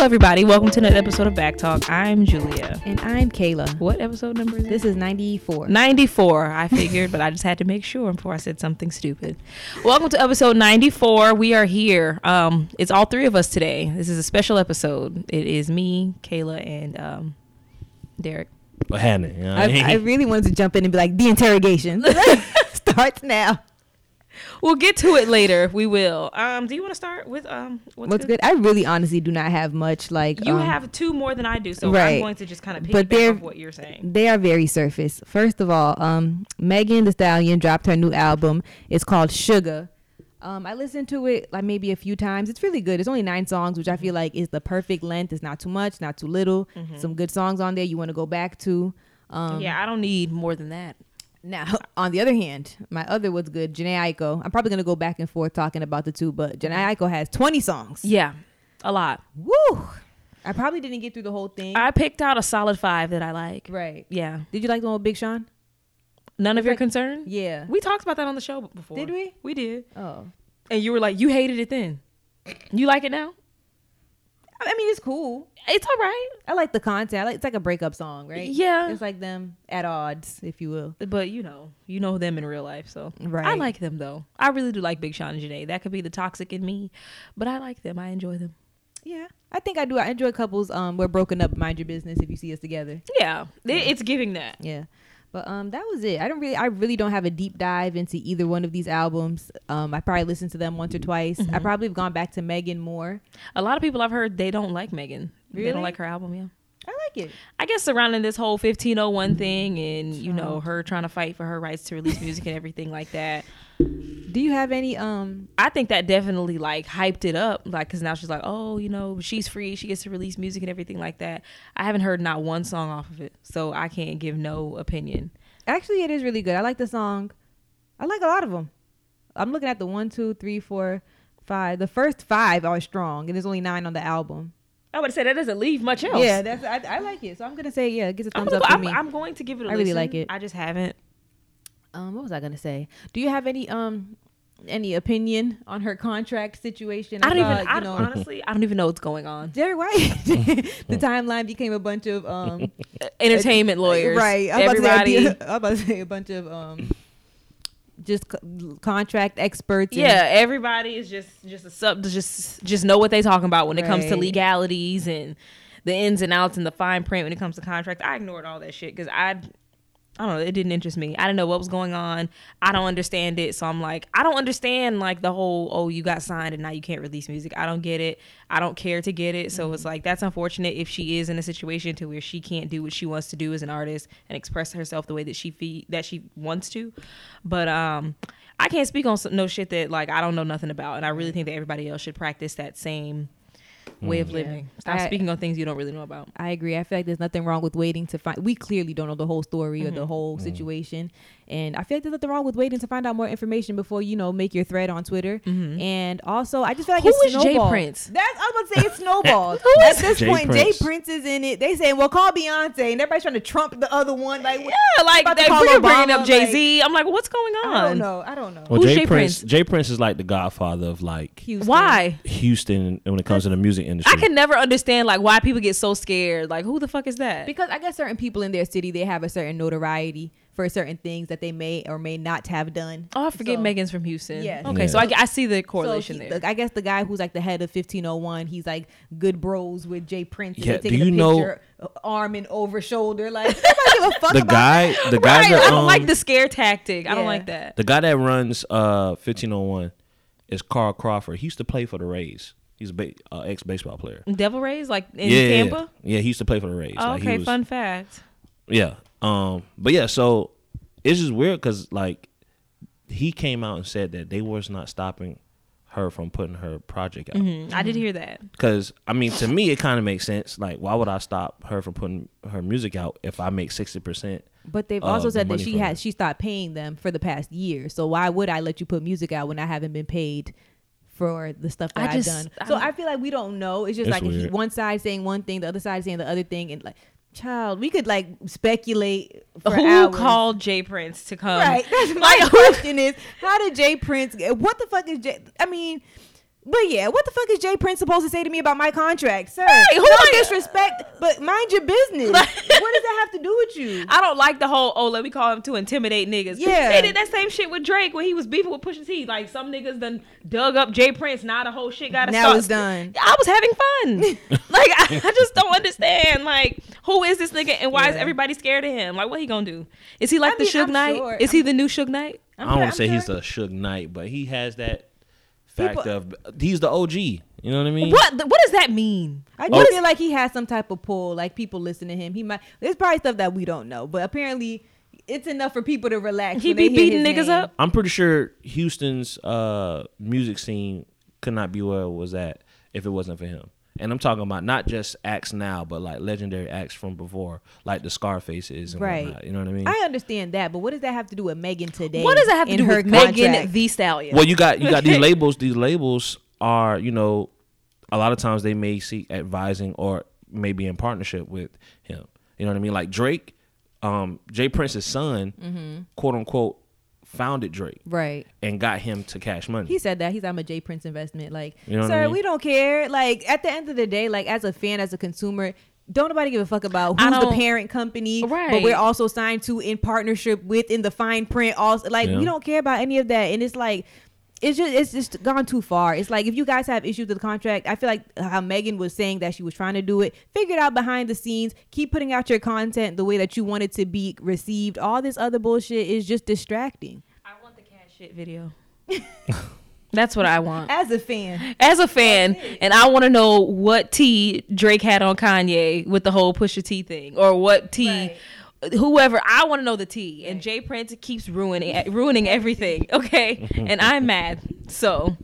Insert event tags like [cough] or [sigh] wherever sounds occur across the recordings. everybody. Welcome to another episode of Back Talk. I'm Julia. And I'm Kayla. What episode number is this? This is 94. 94, I figured, but I just had to make sure before I said something stupid. Welcome to episode 94. We are here. Um, it's all three of us today. This is a special episode. It is me, Kayla, and um, Derek. But Hannah, you know what I, mean? I, I [laughs] really wanted to jump in and be like, [laughs] the interrogation [laughs] starts now. We'll get to it later. We will. Um, do you want to start with um, what's, What's good? I really honestly do not have much. Like, You um, have two more than I do, so I'm right. going to just kind of But piggyback they're- off what you're saying. They are very surface. First of all, um, Megan The Stallion dropped her new album. It's called Sugar. Um, I listened to it like maybe a few times. It's really good. It's only nine songs, which I Mm-hmm. feel like is the perfect length. It's not too much, not too little. Some good songs on there you want to go back to. Um, yeah, I don't need more than that. Now, [laughs] on the other hand, my other was good, Janae Aiko. I'm probably gonna go back and forth talking about the two, but Janae Aiko has 20 songs. Yeah, a lot. Woo! I probably didn't get through the whole thing. I picked out a solid five that I like. right. Yeah, Did you like the one with Big Sean? none of your like- concern. Yeah. We talked about that on the show before. Did we? We did. Oh. And you were like, you hated it then. You like it now? I I mean, it's cool. It's all right. I like the content. I like, it's like a breakup song, right? Yeah. It's like them at odds, if you will. But you know, you know them in real life, so Right. I like them though. I really do like Big Sean and Janae. That could be the toxic in me, but I like them. I enjoy them. Yeah. I think I do. I enjoy couples. Um, we're broken up. Mind your business if you see us together. Yeah, it- it's giving that. Yeah. But um that was it. I don't really I really don't have a deep dive into either one of these albums. Um I probably listened to them once or twice. Mm-hmm. I probably have gone back to Megan more. A lot of people I've heard they don't like Megan. They don't Really? like her album. Yeah. I like it. I guess surrounding this whole 1501 thing and you know her trying to fight for her rights to release music and everything like that. Do you have any um I think that definitely like hyped it up like cuz now she's like, "Oh, you know, she's free. She gets to release music and everything like that." I haven't heard not one song off of it, so I can't give no opinion. actually it is really good. I like the song. I like a lot of them. I'm looking at the one, two, three, four, five. The first five are strong, and there's only nine on the album. I would say that doesn't leave much else. Yeah, that's I, I like it. So I'm gonna say yeah, it gets a I'm, thumbs gonna go- up for I'm- me. I'm going to give it a I really listen. like it. I just haven't. um, what was I gonna say? Do you have any um any opinion on her contract situation? I don't saw, even I don't- honestly, I don't even know what's going on. Jerry White. [laughs] Mm-hmm. the timeline became a bunch of um Entertainment [laughs] lawyers. right. I'm about, to everybody. say, [laughs] I'm about to say a bunch of um just co- contract experts. and- yeah everybody is just just a sub just just know what they talking about when it comes to Right. legalities and the ins and outs and the fine print when it comes to contract i ignored all that shit because i I don't know. It didn't interest me. I didn't know what was going on. I don't understand it. So I'm like, I don't understand like the whole, oh, you got signed and now you can't release music. I don't get it. I don't care to get it. So it's like that's unfortunate if she is in a situation to where she can't do what she wants to do as an artist and express herself the way that she fe- that she wants to. But um I can't speak on some, no shit that like I don't know nothing about and I really think that everybody else should practice that same Mm. way of living. Stop I- speaking on things you don't really know about. I agree. I feel like there's nothing wrong with waiting to find. We clearly don't know the whole story or Mm-hmm. the whole situation, and I feel like there's nothing wrong with waiting to find out more information before you know make your thread on Twitter. And also, I just feel like Mm-hmm. Who it's is Jay snowballed. Prince? That's I was about [laughs] to say it's snowballed. At this Jay point, Prince? Jay Prince is in it. They saying, "Well, call Beyonce," and everybody's trying to trump the other one. Like, what- Yeah, like about to they call we're bringing Obama, up Jay Z. am like, what's going on? I don't know. I don't know. Um, well, who's Jay, Jay Prince, Prince? Jay Prince is like the godfather of like Houston. Why? Houston when it comes to the music industry. I can never understand like why people get so scared. Like, who the fuck is that? Because I guess certain people in their city they have a certain notoriety for certain things that they may or may not have done. Oh, I forget So- Megan's from Houston. Yeah. Okay, Yeah. so I, I see the correlation so he- there. the- I guess the guy who's like the head of 1501, he's like good bros with Jay Prince. and Yeah, they do taking you a know- picture, know arm and over shoulder? Like nobody give a fuck [laughs] the about guy, the guy Right, that I don't um, like the scare tactic. I don't Yeah. like that. the guy that runs uh 1501 is Carl Crawford. He used to play for the Rays. He's a ba- uh, ex baseball player. Devil Rays, like in yeah, yeah, Tampa. yeah, he used to play for the Rays. Oh, Like, he okay, was- fun fact. Yeah. Um. But yeah. So it's just weird because like he came out and said that they was not stopping her from putting her project out. Mm-hmm. I did hear that. Because I mean, to me, it kind of makes sense. Like, why would I stop her from putting her music out if I make sixty percent? But they've uh, also the said that money she from has she stopped paying them for the past year. So why would I let you put music out when I haven't been paid for the stuff I that just- I've done? I so don't- I feel like we don't know. It's just It's like he- weird. one side saying one thing, the other side saying the other thing, and like, child, we could like speculate. For who hours. called Jay Prince to [laughs] come? [laughs] Right. That's my Like, who- question is how did Jay Prince get what the fuck is Jay I mean But yeah, what the fuck is Jay Prince supposed to say to me about my contract, sir? Right, who no are you? disrespect, but mind [laughs] your business. what does that have to do with you? I don't like the whole oh let me call him to intimidate niggas. Yeah. they did that same shit with Drake when he was beefing with Pusha T. Like some niggas done dug up Jay Prince. Now the whole shit got to Now start. it's done. I was having [laughs] fun. like I, I just don't understand. Like who is this nigga and why is Yeah. everybody scared of him? Like what he gonna do? Is he like I the mean, Suge I'm Knight? sure. Is he the new Suge Knight? I don't want to say he's a Suge Knight, but he has that fact People- of he's the OG. You know what I mean? What what does that mean? I do Oh. feel like he has some type of pull. Like people listen to him. He might. There's probably stuff that we don't know, but apparently it's enough for people to relax. He when be they hear beating his niggas name. up. I'm pretty sure Houston's uh, music scene could not be where it was at if it wasn't for him. And I'm talking about not just acts now, but like legendary acts from before, like the Scarfaces and Right. whatnot. You know what I mean? I understand that, but what does that have to do with Megan today? What does that have to in do her with Megan contract? the Stallion? well, you got you got these labels. These labels are you know, a lot of times they may seek advising or maybe in partnership with him. You know what I mean? Like Drake, um, Jay Prince's son, quote unquote, founded Drake right. and got him to cash money. He said that he's I'm a J Prince investment. Like, You know what sir, I mean? we don't care. Like at the end of the day, like as a fan, as a consumer, don't nobody give a fuck about I who's the don't- parent company. But Right. we're also signed to in partnership with in the fine print. Also, like Yeah. we don't care about any of that. And it's like. It's just it's just gone too far. It's like if you guys have issues with the contract, I feel like how Megan was saying that she was trying to do it. Figure it out behind the scenes. Keep putting out your content the way that you want it to be received. All this other bullshit is just distracting. I want the cash shit video. [laughs] That's what I want. As a fan, as a fan, and I want to know what T Drake had on Kanye with the whole Pusha T thing, or what T. Whoever I want to know the T and Jay Prince keeps ruining e, ruining everything. [laughs] Okay, and I'm mad. So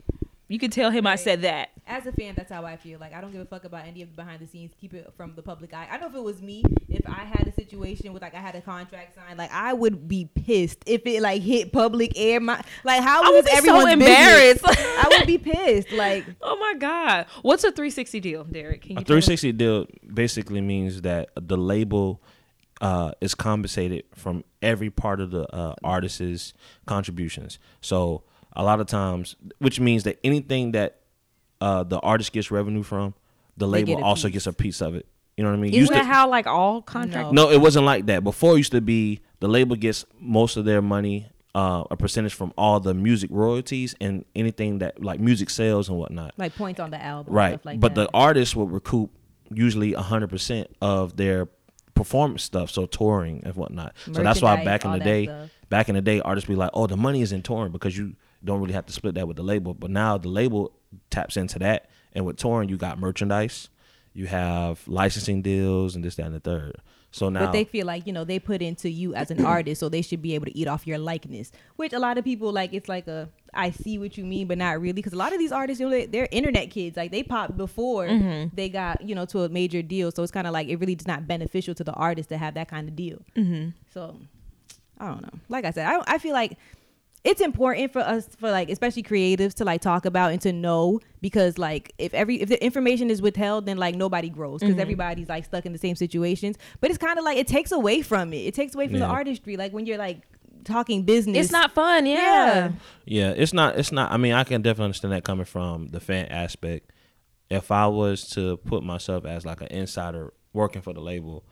you can tell him I said that. as a fan, that's how I feel. Like I don't give a fuck about any of the behind the scenes. Keep it from the public eye. I know if it was me, if I had a situation with like I had a contract signed, like I would be pissed if it like hit public air. My like how I was would be so everyone embarrassed. I would be pissed. Like Oh my God, what's a 360 deal, Derek? Can A you tell us? 360 deal basically means that the label uh, is compensated from every part of the uh, artist's contributions. So a lot of times, which means that anything that uh, the artist gets revenue from, the label get a also piece. gets a piece of it. You know what I mean? Isn't Used that to- how like all contracts? no, it wasn't like that. Before it used to be the label gets most of their money, uh, a percentage from all the music royalties and anything that like music sales and whatnot like points on the album, right Stuff like but that. the artists will recoup usually 100% of their performance stuff so touring and whatnot so that's why Merchandise, back in all the that day stuff. back in the day artists be like oh the money is in touring because you don't really have to split that with the label but now the label taps into that and with touring you got merchandise you have licensing deals and this that and the third so now But they feel like you know they put into you as an artist, so they should be able to eat off your likeness. Which a lot of people like. It's like a I see what you mean, but not really, because a lot of these artists, you know, they- they're internet kids. Like they popped before they got you know to a major deal, so it's kind of like it really is not beneficial to the artist to have that kind of deal. So I don't know. Like I said, I I feel like it's important for us for like especially creatives to like talk about and to know because like if every if the information is withheld then like nobody grows because Mm-hmm. everybody's like stuck in the same situations but it's kind of like it takes away from it it takes away from the Yeah. artistry like when you're like talking business It's not fun. yeah Yeah. Yeah, it's not. It's not. I mean, I can definitely understand that coming from the fan aspect. If I was to put myself as like an insider working for the label,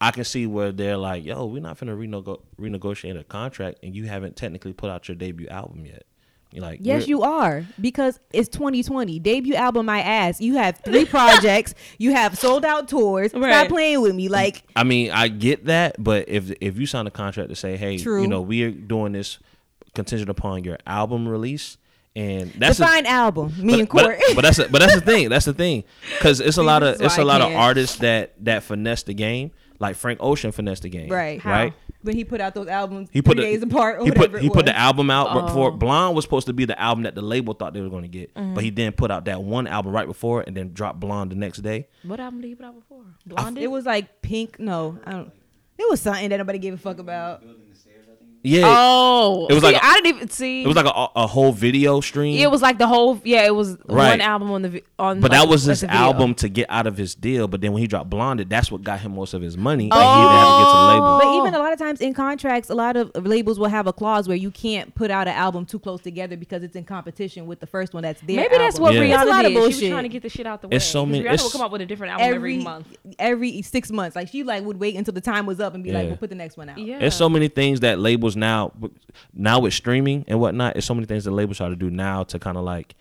I can see where they're like, "Yo, we're not finna renego- renegotiate a contract, and you haven't technically put out your debut album yet." You're like, Yes, we're- you are because it's 2020 debut album. I ass. You have [laughs] three projects. You have sold out tours. Stop Right. playing with me. Like I mean, I get that, but if if you sign a contract to say, "Hey, True. you know, we're doing this contingent upon your album release," and that's a- define album. Me but, and but- Court. [laughs] But, that's a, but that's the thing. That's the thing. Because it's a lot this of is it's why a I lot of can't. artists that that finesse the game. Like Frank Ocean finesse the game. Right. How? Right. when he put out those albums He put three the- days apart or he whatever put it he put was. the album out before Blonde was supposed to be the album that the label thought they were going to get, but he Mm-hmm. then put out that one album right before it and then dropped Blonde the next day. What album did you put out before? It was like pink. No, I don't. It was something that nobody gave a fuck about. Building the stairs, I think. Yeah, Oh, It was see, like a- I didn't even see. Oh. it was like a, a whole video stream. it was like the whole yeah. It was Right. one album on the vi- on. But like, that was as his a video. album to get out of his deal. But then when he dropped Blonded, that's what got him most of his money. Oh. He didn't have to get to the label. But even a lot of times in contracts, a lot of labels will have a clause where you can't put out an album too close together because it's in competition with the first one that's there. Maybe that's what Yeah. Rihanna That's a lot did. of bullshit. She was trying to get the shit out the way. It's so 'Cause many- Rihanna it's- will come up with a different album every, every month. every six months. Like she like would wait until the time was up and be like, Yeah. "We'll put the next one out." Yeah. There's so many things that labels now, now with streaming and whatnot, it's so many things that labels try to do now to kind of like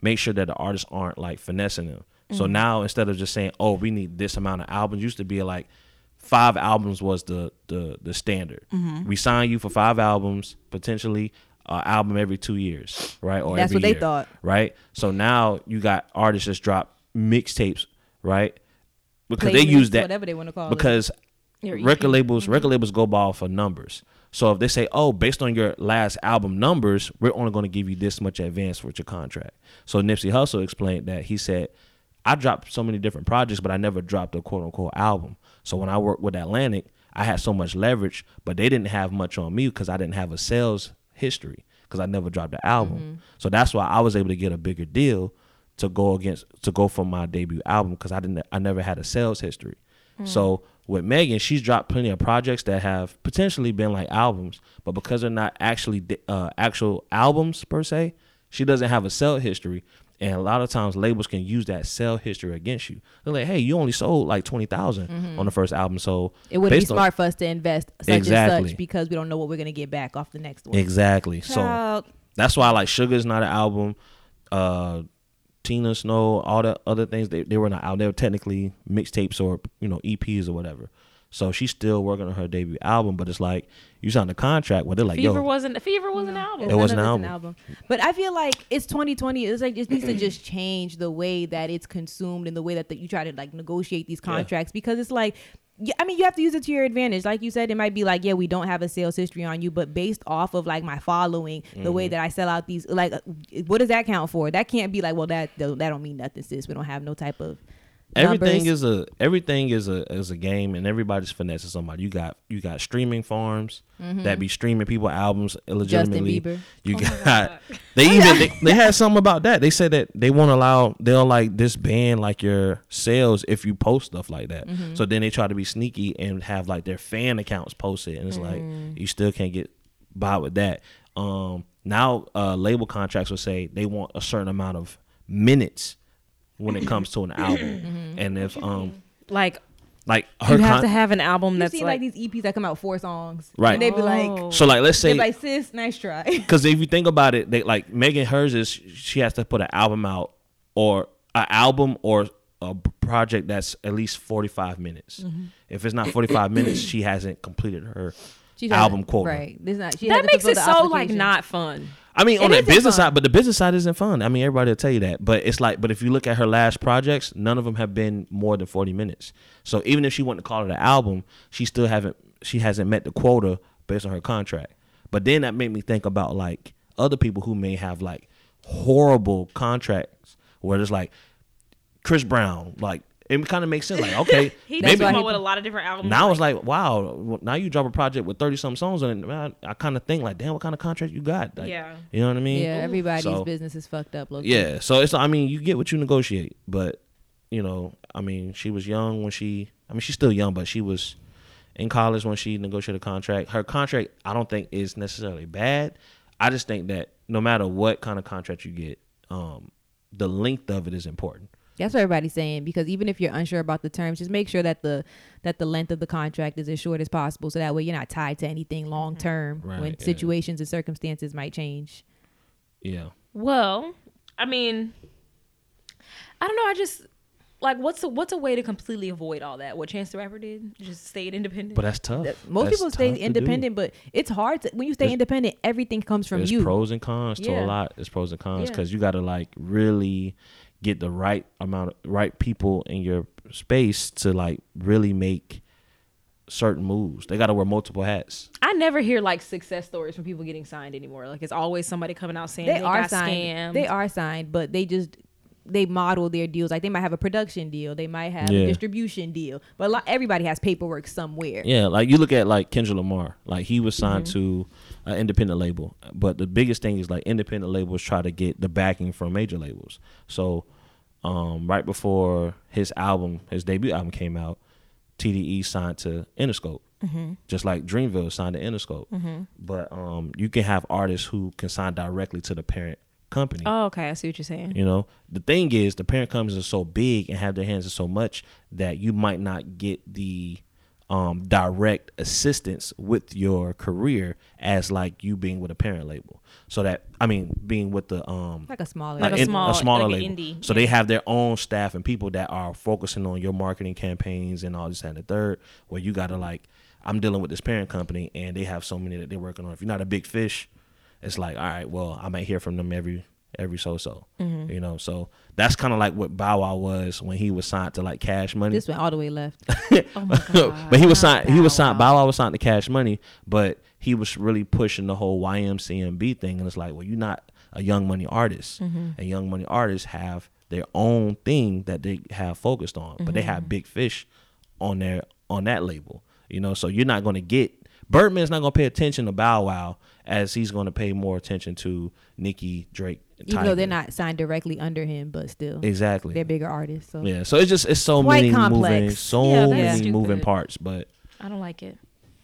make sure that the artists aren't like finessing them. So Mm-hmm. now instead of just saying, "Oh, we need this amount of albums," used to be like five albums was the the the standard. Mm-hmm. We sign you for five albums potentially. Uh, album every two years, right? Or That's every what they year, thought. right? So now you got artists just drop mixtapes, right? Because they Playlist, use that whatever they wanna call it. because Your EP. record labels record labels go ball for numbers. So if they say, "Oh, based on your last album numbers, we're only going to give you this much advance with your contract." So Nipsey Hussle explained that he said, "I dropped so many different projects, but I never dropped a quote unquote album. So when I worked with Atlantic, I had so much leverage, but they didn't have much on me because I didn't have a sales history because I never dropped an album. So that's why I was able to get a bigger deal to go against to go for my debut album because I didn't I never had a sales history. Mm. So with Megan, she's dropped plenty of projects that have potentially been like albums, but because they're not actually di- uh, actual albums per se, she doesn't have a sell history. And a lot of times labels can use that sell history against you. They're like, "Hey, you only sold like twenty on the first album, so Mm-hmm. it wouldn't be based on- smart for us to invest such and Exactly. such because we don't know what we're gonna get back off the next one. Exactly. Child. So that's why like Sugar is not an album. Uh Tina Snow, all the other things they, they were not out. They were technically mixtapes or you know EPs or whatever. So she's still working on her debut album, but it's like you signed a contract where they're like, Fever yo, wasn't Fever was an album. It was an None of album. it's But I feel like it's 2020. It's like it needs to just change the way that it's consumed and the way that the, you try to like negotiate these contracts because it's like. Yeah, I mean, you have to use it to your advantage. Like you said, it might be like, yeah, we don't have a sales history on you, but based off of like my following, the Mm-hmm. way that I sell out these, like, uh, what does that count for? That can't be like, well, that that don't mean nothing, sis. We don't have no type of everything numbers. is a everything is a is a game and everybody's finessing somebody. You got you got streaming farms that be streaming people albums illegitimately. Bieber. You got [laughs] they even they, they [laughs] had something about that. They said that they won't allow they'll like disband like your sales if you post stuff like that. Mm-hmm. So then they try to be sneaky and have like their fan accounts posted and it's Mm. like you still can't get by with that. Um now uh label contracts will say they want a certain amount of minutes when it comes to an album. And if um Like like her Mm-hmm. you have con- to have an album You that's see, like, like, these EPs that come out four songs, Right. And they'd be Oh. like, so like let's say they'd be like, sis, nice try. [laughs] Because if you think about it, they like Megan hers is she has to put an album out or an album or a project that's at least forty five minutes. If it's not forty five minutes, she hasn't completed her She's not- album quota. right? There's not. She that hasn't makes it fulfilled the so like application. not fun. I mean, on It the isn't business fun. side, but the business side isn't fun. I mean, everybody will tell you that. But it's like, but if you look at her last projects, none of them have been more than forty minutes. So even if she wanted to call it an album, she still haven't she hasn't met the quota based on her contract. But then that made me think about like other people who may have like horrible contracts where it's like Chris Brown, like it kind of makes [laughs] sense. Like okay, He That's did maybe why come he- up with a lot of different albums. now it's like, wow, well, now you drop a project with 30 some songs on it. Man, I, I kind of think, like, damn, what kind of contract you got? Like, Yeah. You know what I mean? Yeah, everybody's So- business is fucked up. Look, Yeah. So it's, I mean, you get what you negotiate. But, you know, I mean, she was young when she, I mean, she's still young, but she was in college when she negotiated a contract. Her contract, I don't think is necessarily bad. I just think that no matter what kind of contract you get, um, the length of it is important. that's what everybody's saying. Because even if you're unsure about the terms, just make sure that the that the length of the contract is as short as possible, so that way you're not tied to anything long term Right, when yeah. situations and circumstances might change. Yeah. Well, I mean, I don't know. I just like what's a, what's a way to completely avoid all that? What Chance the Rapper did, just stayed independent. But that's tough. That- Most That's people stay tough to do. independent, but it's hard to, when you stay It's- independent. Everything comes from There's you. pros and cons to Yeah. a lot. There's pros and cons Yeah. because you got to like really get the right amount, of, right people in your space to like really make certain moves. They got to wear multiple hats. I never hear like success stories from people getting signed anymore. Like it's always somebody coming out saying they, they, are got signed. scammed. They are signed, but they just they model their deals like they might have a production deal, they might have Yeah. a distribution deal, but a lot, everybody has paperwork somewhere. Yeah, like you look at like Kendrick Lamar, like he was signed to an independent label, but the biggest thing is like independent labels try to get the backing from major labels. So, um, right before his album, his debut album came out, TDE signed to Interscope, just like Dreamville signed to Interscope. But um, you can have artists who can sign directly to the parent company. Oh, okay. I see what you're saying. You know, the thing is, the parent companies are so big and have their hands in so much that you might not get the um, direct assistance with your career as like you being with a parent label. So that I mean, being with the um, Like a smaller. Like a in- small- smaller like an label. indie, So they have their own staff and people that are focusing on your marketing campaigns and all this and the third. Where you gotta like, I'm dealing with this parent company and they have so many that they're working on. If you're not a big fish, it's like, all right, well, I might hear from them every every so so. Mm-hmm. You know, so that's kind of like what Bow Wow was when he was signed to like Cash Money. this went all the way left. Oh [laughs] but he was signed. He was signed. Bow Wow was signed to Cash Money, but he was really pushing the whole YMCMB thing, and it's like, well, you're not a Young Money artist, Mm-hmm. and Young Money artists have their own thing that they have focused on, but they Mm-hmm. have big fish on their on that label, you know. So you're not going to get Birdman's not going to pay attention to Bow Wow as he's going to pay more attention to Nicki Drake. Even though Tyga. they're not signed directly under him, but still, exactly they're bigger artists. So Yeah, so it's just it's so Quite many complex. moving, so Yeah, that's many stupid. moving parts, but. I don't like it.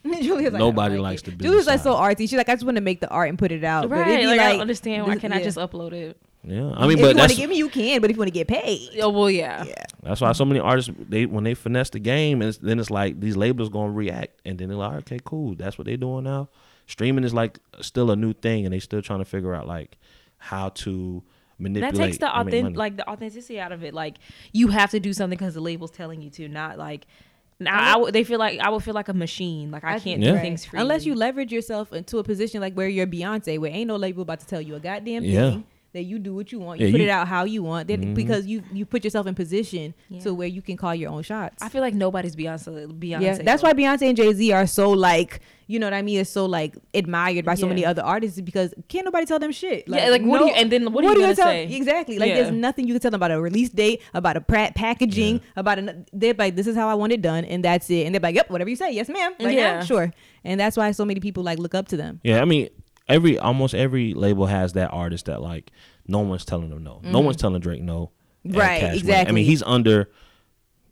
[laughs] Julia's like, Nobody I don't likes it. to be Julia's like so beside. artsy. She's like, I just want to make the art and put it out. But it'd Right. be Like, I like- don't understand. Why this- can't I yeah. just upload it? Yeah, I mean, if you but want that's to give me, you can. But if you want to get paid, Oh well, yeah. yeah. that's why so many artists they when they finesse the game, and it's, then it's like these labels gonna react, and then they're like, okay, cool, that's what they're doing now. Streaming is like still a new thing, and they still trying to figure out like how to manipulate. That takes the and make authentic, money. like the authenticity out of it. Like you have to do something because the label's telling you to. Not like now. I would- they feel like I would feel like a machine. Like I can't Yeah. do things freely. Unless you leverage yourself into a position like where you're Beyonce, where ain't no label about to tell you a goddamn Yeah. thing. That you do what you want, you Yeah, put you- Mm-hmm. it out how you want, then because you you put yourself in position Yeah. to where you can call your own shots. I feel like nobody's Beyonce. Beyonce. yeah, that's though. why Beyonce and Jay Z are so like, you know what I mean? It's so like admired by so Yeah. many other artists because can't nobody tell them shit. Yeah, like, what do you- and then what are you do gonna tell- say? Exactly. Like Yeah. there's nothing you can tell them about a release date, about a pra- packaging, about an, they're like, this is how I want it done, and that's it. And they're like, yep, whatever you say, yes, ma'am. Like, yeah, Yeah. sure. And that's why so many people like look up to them. Yeah, I mean, every almost every label has that artist that like no one's telling them no. Mm-hmm. No one's telling Drake no. at Right, Money. I exactly. mean, he's under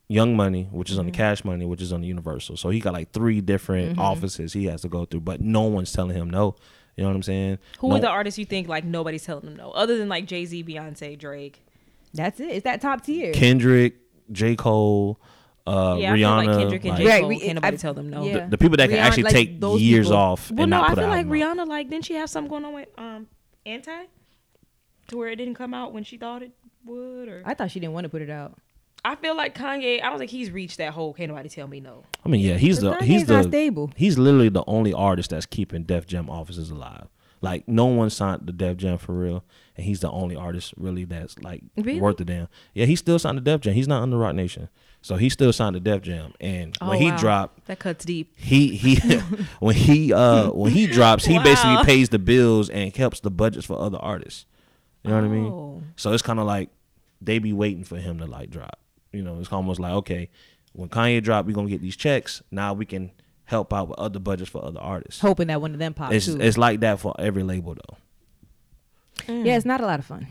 Young Money, which is on the Mm-hmm. Cash Money, which is on the Universal. So he got like three different offices he has to go through, but no one's telling him no. You know what I'm saying? Who no, are the artists you think like nobody's telling them no, other than like Jay Z, Beyonce, Drake? That's it. It's that top tier. Kendrick, J. Cole, uh, Yeah, I feel Rihanna. like Kendrick and like, J. Right, Cole, we- can't nobody I- tell them no. yeah. the, the people that can Rihanna, actually like, take those years people. off Well, and no, not I put feel out. like Rihanna, like, didn't she have something going on with um anti, to where it didn't come out when she thought it would? Or I thought she didn't want to put it out. I feel like Kanye. I don't think he's reached that whole. Can't nobody tell me no. I mean, yeah, he's The the Kanye's he's the not stable. he's literally the only artist that's keeping Def Jam offices alive. Like no one signed the Def Jam for real, and he's the only artist really that's like Really? worth the damn. Yeah, he still signed to Def Jam. He's not under Rock Nation, so he still signed to Def Jam. And when Oh, he dropped, Oh, that cuts deep. he he [laughs] when he uh when he drops, he Wow. basically pays the bills and helps the budgets for other artists. You know what I Oh. mean? So it's kind of like they be waiting for him to like drop. You know, it's almost like okay, when Kanye drop, we gonna get these checks. Now we can help out with other budgets for other artists. Hoping that one of them pops It's too. it's like that for every label though. yeah, it's not a lot of fun.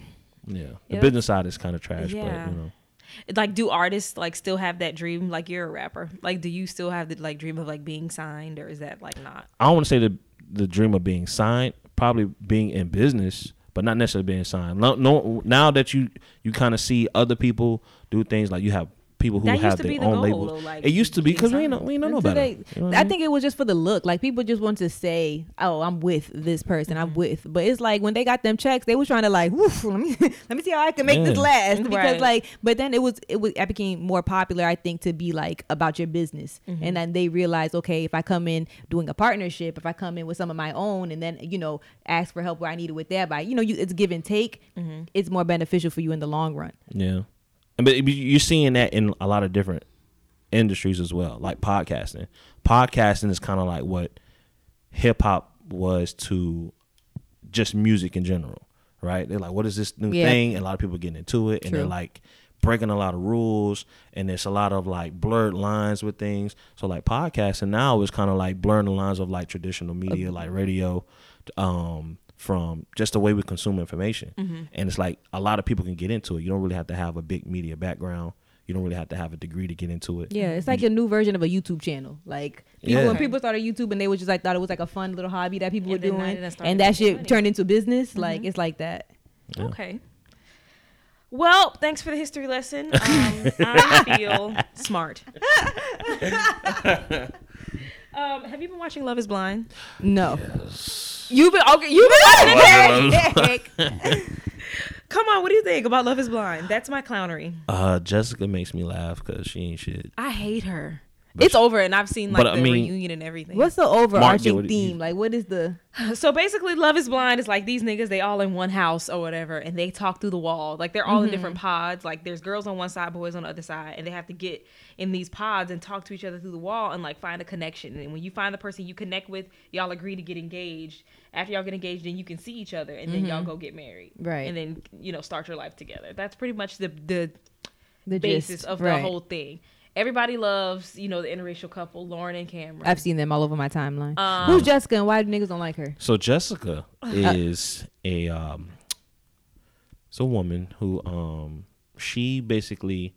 Yeah, the Yeah. business side is kind of trash, Yeah. but you know, Like, do artists like still have that dream? Like, you're a rapper. Like, do you still have the like dream of like being signed, or is that like not? I don't want to say the the dream of being signed, probably being in business, but not necessarily being signed. No, no now that you you kind of see other people do things like you have people who That used have to their be the own goal, labels. though, like, it used to be being because we ain't signed. know, we ain't know no Until better. they- You know what I mean? think it was just for the look. Like people just want to say, "Oh, I'm with this person. Mm-hmm. I'm with." But it's like when they got them checks, they was trying to like, "Woof, let me [laughs] let me see how I can make this Yeah. last." Because Right. like, but then it was it was it became more popular, I think, to be like about your business, and then they realized, okay, if I come in doing a partnership, if I come in with some of my own, and then you know ask for help where I need it with that, but you know, you it's give and take. It's more beneficial for you in the long run. Yeah, And but you're seeing that in a lot of different industries as well, like podcasting. Podcasting is kind of like what hip hop was to just music in general, right? They're like, what is this new Yeah. thing? And a lot of people are getting into it, and they're True. like breaking a lot of rules, and there's a lot of like blurred lines with things. So like podcasting now is kind of like blurring the lines of like traditional media, like radio, um, from just the way we consume information. And it's like a lot of people can get into it. You don't really have to have a big media background. You don't really have to have a degree to get into it. Yeah, it's like a new version of a YouTube channel. Like people, Mm-hmm. Yeah. when people started YouTube and they was just like thought it was like a fun little hobby that people And were then now doing, that it started and that making shit money. Mm-hmm. turned into business. Like it's like that. Yeah. Okay. Well, thanks for the history [laughs] lesson. Um, I feel smart. [laughs] um, have you been watching Love Is Blind? No, You've been okay. You've been watching it. Heck. Come on, what do you think about Love Is Blind? That's my clownery. Uh, Jessica makes me laugh because she ain't shit. I hate her. But it's over, and I've seen like but I the mean- reunion and everything. [laughs] what's the overarching what- theme? Like what is the? So basically, Love Is Blind is like these niggas. They all in one house or whatever, and they talk through the wall. Like they're all in different pods. Like there's girls on one side, boys on the other side, and they have to get in these pods and talk to each other through the wall and like find a connection. And when you find the person you connect with, y'all agree to get engaged. After y'all get engaged, then you can see each other, and then y'all go get married. Right. And then you know start your life together. That's pretty much the the The basis gist, of right. the whole thing. Everybody loves you know the interracial couple, Lauren and Cameron. I've seen them all over my timeline. Um, Who's Jessica and why do niggas don't like her? So Jessica is a um, it's a woman who um she basically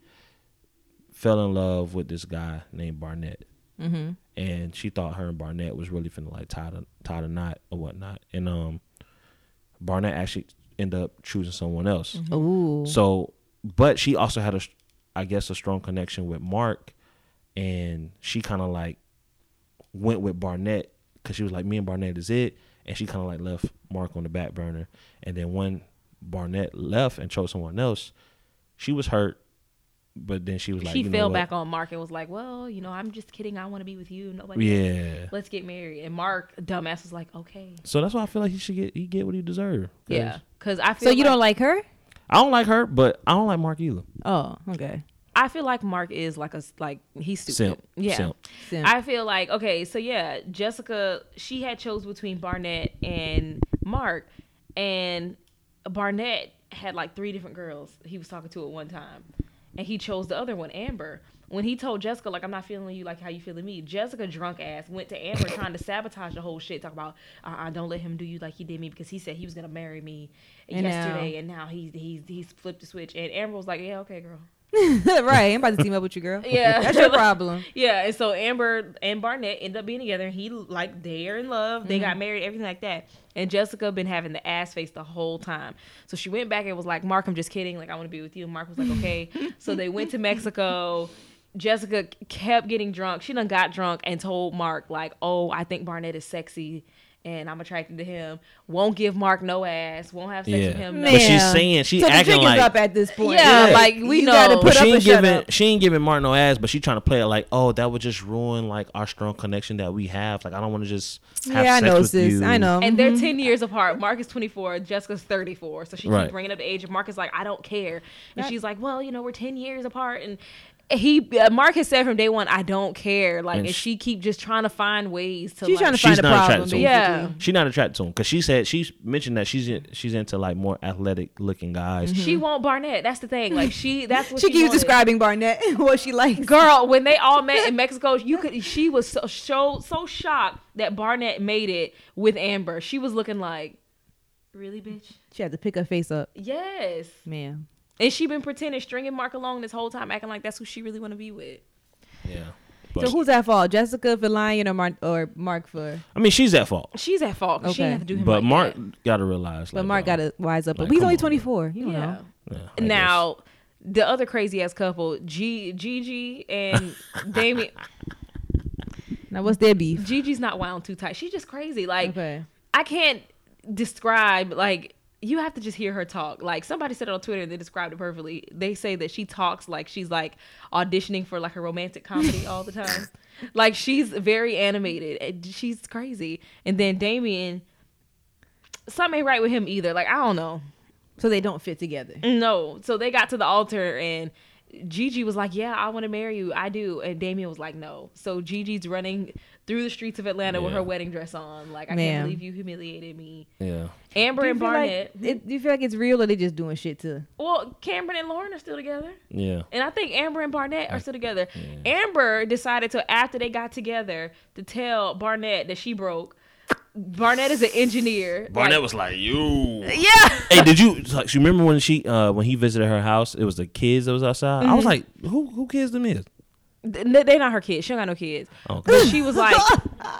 fell in love with this guy named Barnett, mm-hmm. and she thought her and Barnett was really finna like tie the tie the knot or whatnot, and um Barnett actually ended up choosing someone else. Mm-hmm. Ooh, So, but she also had a, s- I guess, a strong connection with Mark, and she kind of like went with Barnett because she was like, "Me and Barnett is it," and she kind of like left Mark on the back burner. And then when Barnett left and chose someone else, she was hurt, but then she was like, she you know fell what? back on Mark and was like, "Well, you know, I'm just kidding. I want to be with you. Nobody. else. Yeah. Let's get married." And Mark, dumbass, was like, "Okay, So that's why I feel like he should get he get what he deserved. yeah." Because I feel so you like, don't like her? I don't like her, but I don't like Mark either. Oh, okay. [laughs] I feel like Mark is like a s- like he's stupid. Simp. Yeah. Simp. Simp. I feel like okay, so yeah, Jessica she had chose between Barnett and Mark, and Barnett had like three different girls he was talking to at one time, and he chose the other one, Amber. When he told Jessica like I'm not feeling you like how you feeling me, Jessica drunk ass went to Amber trying to sabotage the whole shit, talk about uh-uh, don't let him do you like he did me because he said he was gonna marry me And now- yesterday and now he's he's he's flipped the switch and Amber was like yeah okay girl right, I'm about to team up with you, girl. Yeah. that's [laughs] your problem. Yeah, and so Amber and Barnett end up being together. He like they are in love. They got married, everything like that. And Jessica been having the ass face the whole time. So she went back and was like, "Mark, I'm just kidding. Like I want to be with you." And Mark was like, "Okay." so they went to Mexico. Jessica kept getting drunk. She done got drunk and told Mark like, "Oh, I think Barnett is sexy." And I'm attracted to him. Won't give Mark no ass. Won't have sex Yeah. with him. But No. she's Man. saying- she so acting the jig like- is up at this point. Yeah, Yeah, like you we know. got to But put she up ain't a shut giving up. she ain't giving Martin no ass, but she trying to play it like, oh, that would just ruin like our strong connection that we have. Like I don't want to just have Yeah, I sex know, with sis. you. I know. And Mm-hmm. they're 10 years apart. Mark is 24, Jessica's 34. So she Right. keeps bringing up the age. And Mark is like, I don't care. And she's like, well, you know, we're 10 years apart. And he, uh, Mark has said from day one, I don't care. Like, And and sh- she keep just trying to find ways to, like, She's trying to She's find a not problem. attracted to him. Yeah. basically. She not attracted to him because she said she mentioned that she's in, she's into like more athletic looking guys. she want Barnett. That's the thing. Like, [laughs] she, that's what Mm-hmm. she, She keeps wanted. describing Barnett [laughs] what she likes. Girl, when they all met in Mexico, you could she was so so, so shocked that Barnett made it with Amber. She was looking like, really, bitch? She had to pick her face up, Yes. man. And she been pretending, stringing Mark along this whole time, acting like that's who she really want to be with. Yeah, Mm-hmm. So but, who's at fault? Jessica for lying or Mark or Mark for? I mean she's at fault, She's at fault. 'cause She Okay. didn't have to do him. but like Mark that. got to realize. But like, Mark uh, got to wise up. like, But he's come only on. 24. You don't yeah. know. yeah, I guess. Now, the other crazy ass couple, G Gigi [laughs] and Damien. Now what's their beef? Gigi's not wound too tight. She's just crazy. Like Okay. I can't describe like. You have to just hear her talk. Like somebody said it on Twitter, and they described it perfectly. They say that she talks like she's like auditioning for like a romantic comedy all the time. Like she's very animated. and She's crazy. And then Damien, something ain't right with him either. Like I don't know. So they don't fit together. No. So they got to the altar and Gigi was like, "Yeah, I want to marry you. I do." And Damien was like, "No." So Gigi's running through the streets of Atlanta with Yeah. her wedding dress on. Like, I Man. can't believe you humiliated me. Yeah. Amber Do you and feel Barnett. Like, it, do you feel like it's real or they just doing shit too? well, Cameron and Lauren are still together. Yeah. And I think Amber and Barnett are still together. Yeah. Amber decided to after they got together to tell Barnett that she broke. Barnett is an engineer. Barnett Like- was like, "You." Yeah. [laughs] hey, did you like? You remember when she uh when he visited her house? It was the kids that was outside. I was Mm-hmm. like, "Who who kids [laughs] them is?" They- They're not her kids. She don't got no kids. Okay. But she was [laughs] like,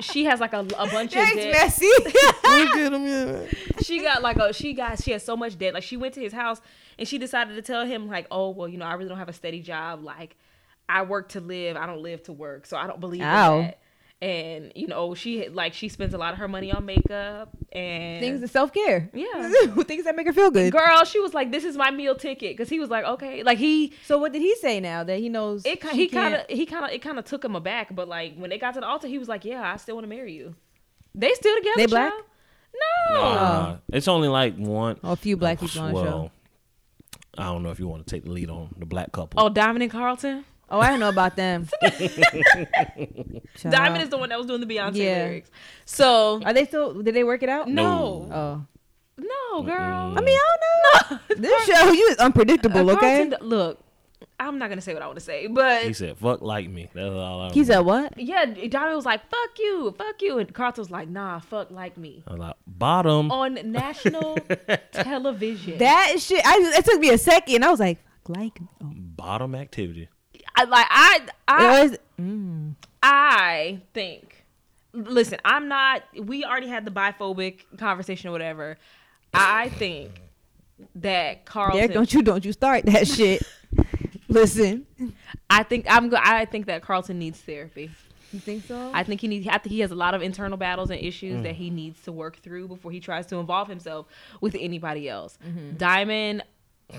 she has like a, a bunch of debt. messy. [laughs] who kid them is? she got like a she got she had so much debt. Like she went to his house and she decided to tell him like, oh well, you know, I really don't have a steady job. Like I work to live. I don't live to work. So I don't believe in Ow. that. And you know, she like she spends a lot of her money on makeup and Things that self care. [laughs] Yeah. Things that make her feel good. Girl, she was like, "This is my meal ticket," because he was like, "Okay," like he So what did he say now that he knows? it ki- she he can't- kind of he kind of it kind of took him aback. But like when they got to the altar, he was like, "Yeah, I still want to marry you." They still together? They black? child? No. Nah, Uh, it's only like one. Oh, a few black people on the show. I don't know if you want to take the lead on the black couple. Oh, Diamond and Carlton. Oh, I don't know [laughs] about them. Child. Diamond is the one that was doing the Beyonce Yeah. lyrics. So Are they still? Did they work it out? no, Oh, no, girl. I mean, I don't know. this show, you is unpredictable. Uh, Okay. Carlton- look, I'm not gonna say what I want to say, but He said, "Fuck like me." That's all I. He remember. said what? yeah, Diamond was like, "Fuck you, fuck you," and Carlton was like, "Nah, fuck like me." I'm like bottom. Oh. On national television, That shit. I. It took me a second. I was like, "Fuck, like. Oh. Bottom activity. I, like I, I, It was- mm. I think. Listen, I'm not. We already had the biphobic conversation or whatever. I think that Carlton. Derek, don't you don't you start [laughs] that shit. Listen. I think I'm. go- I think that Carlton needs therapy. You think so? I think he needs. I think he has a lot of internal battles and issues Mm. that he needs to work through before he tries to involve himself with anybody else. Mm-hmm. Diamond, You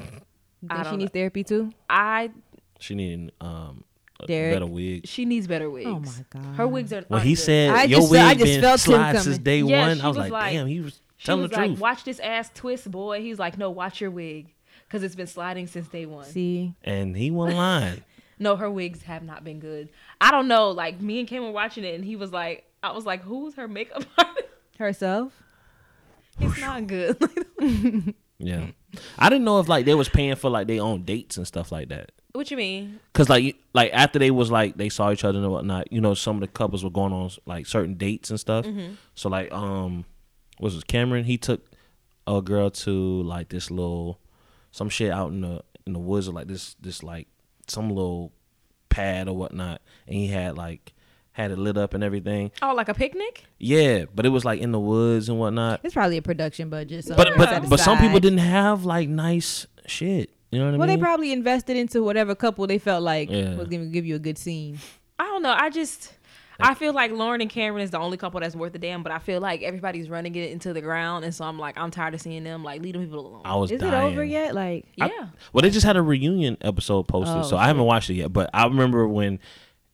I think she don't needs therapy too. I She needed um a Derek. better wig. she needs better wigs. Oh my God. her wigs are. When aren't he good. said I your just- wig I just been felt him slides since coming. day Yeah, one, she I was, was like, like- damn, he was she telling was the like, truth. "Watch this ass twist, boy." He's like, "No, watch your wig." Because it's been sliding since day one. See. and he went [laughs] lying. No, her wigs have not been good. I don't know. Like me and Cam were watching it, and he was like, "I was like, who's her makeup [laughs] artist? Herself. It's not good." [laughs] yeah, I didn't know if like they was paying for like their own dates and stuff like that. what you mean? Cause like you- like after they was like they saw each other and whatnot, you know, some of the couples were going on like certain dates and stuff. Mm-hmm. So like um, what was it Cameron? He took a girl to like this little some shit out in the in the woods or like this this like some little pad or whatnot, and he had like had it lit up and everything. Oh, like a picnic? Yeah, but it was like in the woods and whatnot. It's probably a production budget. So But it's set but but some people aside. didn't have like nice shit. You know what I Well, mean? they probably invested into whatever couple they felt like Yeah. was going to give you a good scene. I don't know. I just I feel like Lauren and Cameron is the only couple that's worth a damn, but I feel like everybody's running it into the ground, and so I'm like, I'm tired of seeing them. Like, leave them people alone. I was Is dying. it over yet? Like, yeah, Well, they just had a reunion episode posted, Oh, so I haven't watched it yet. But I remember when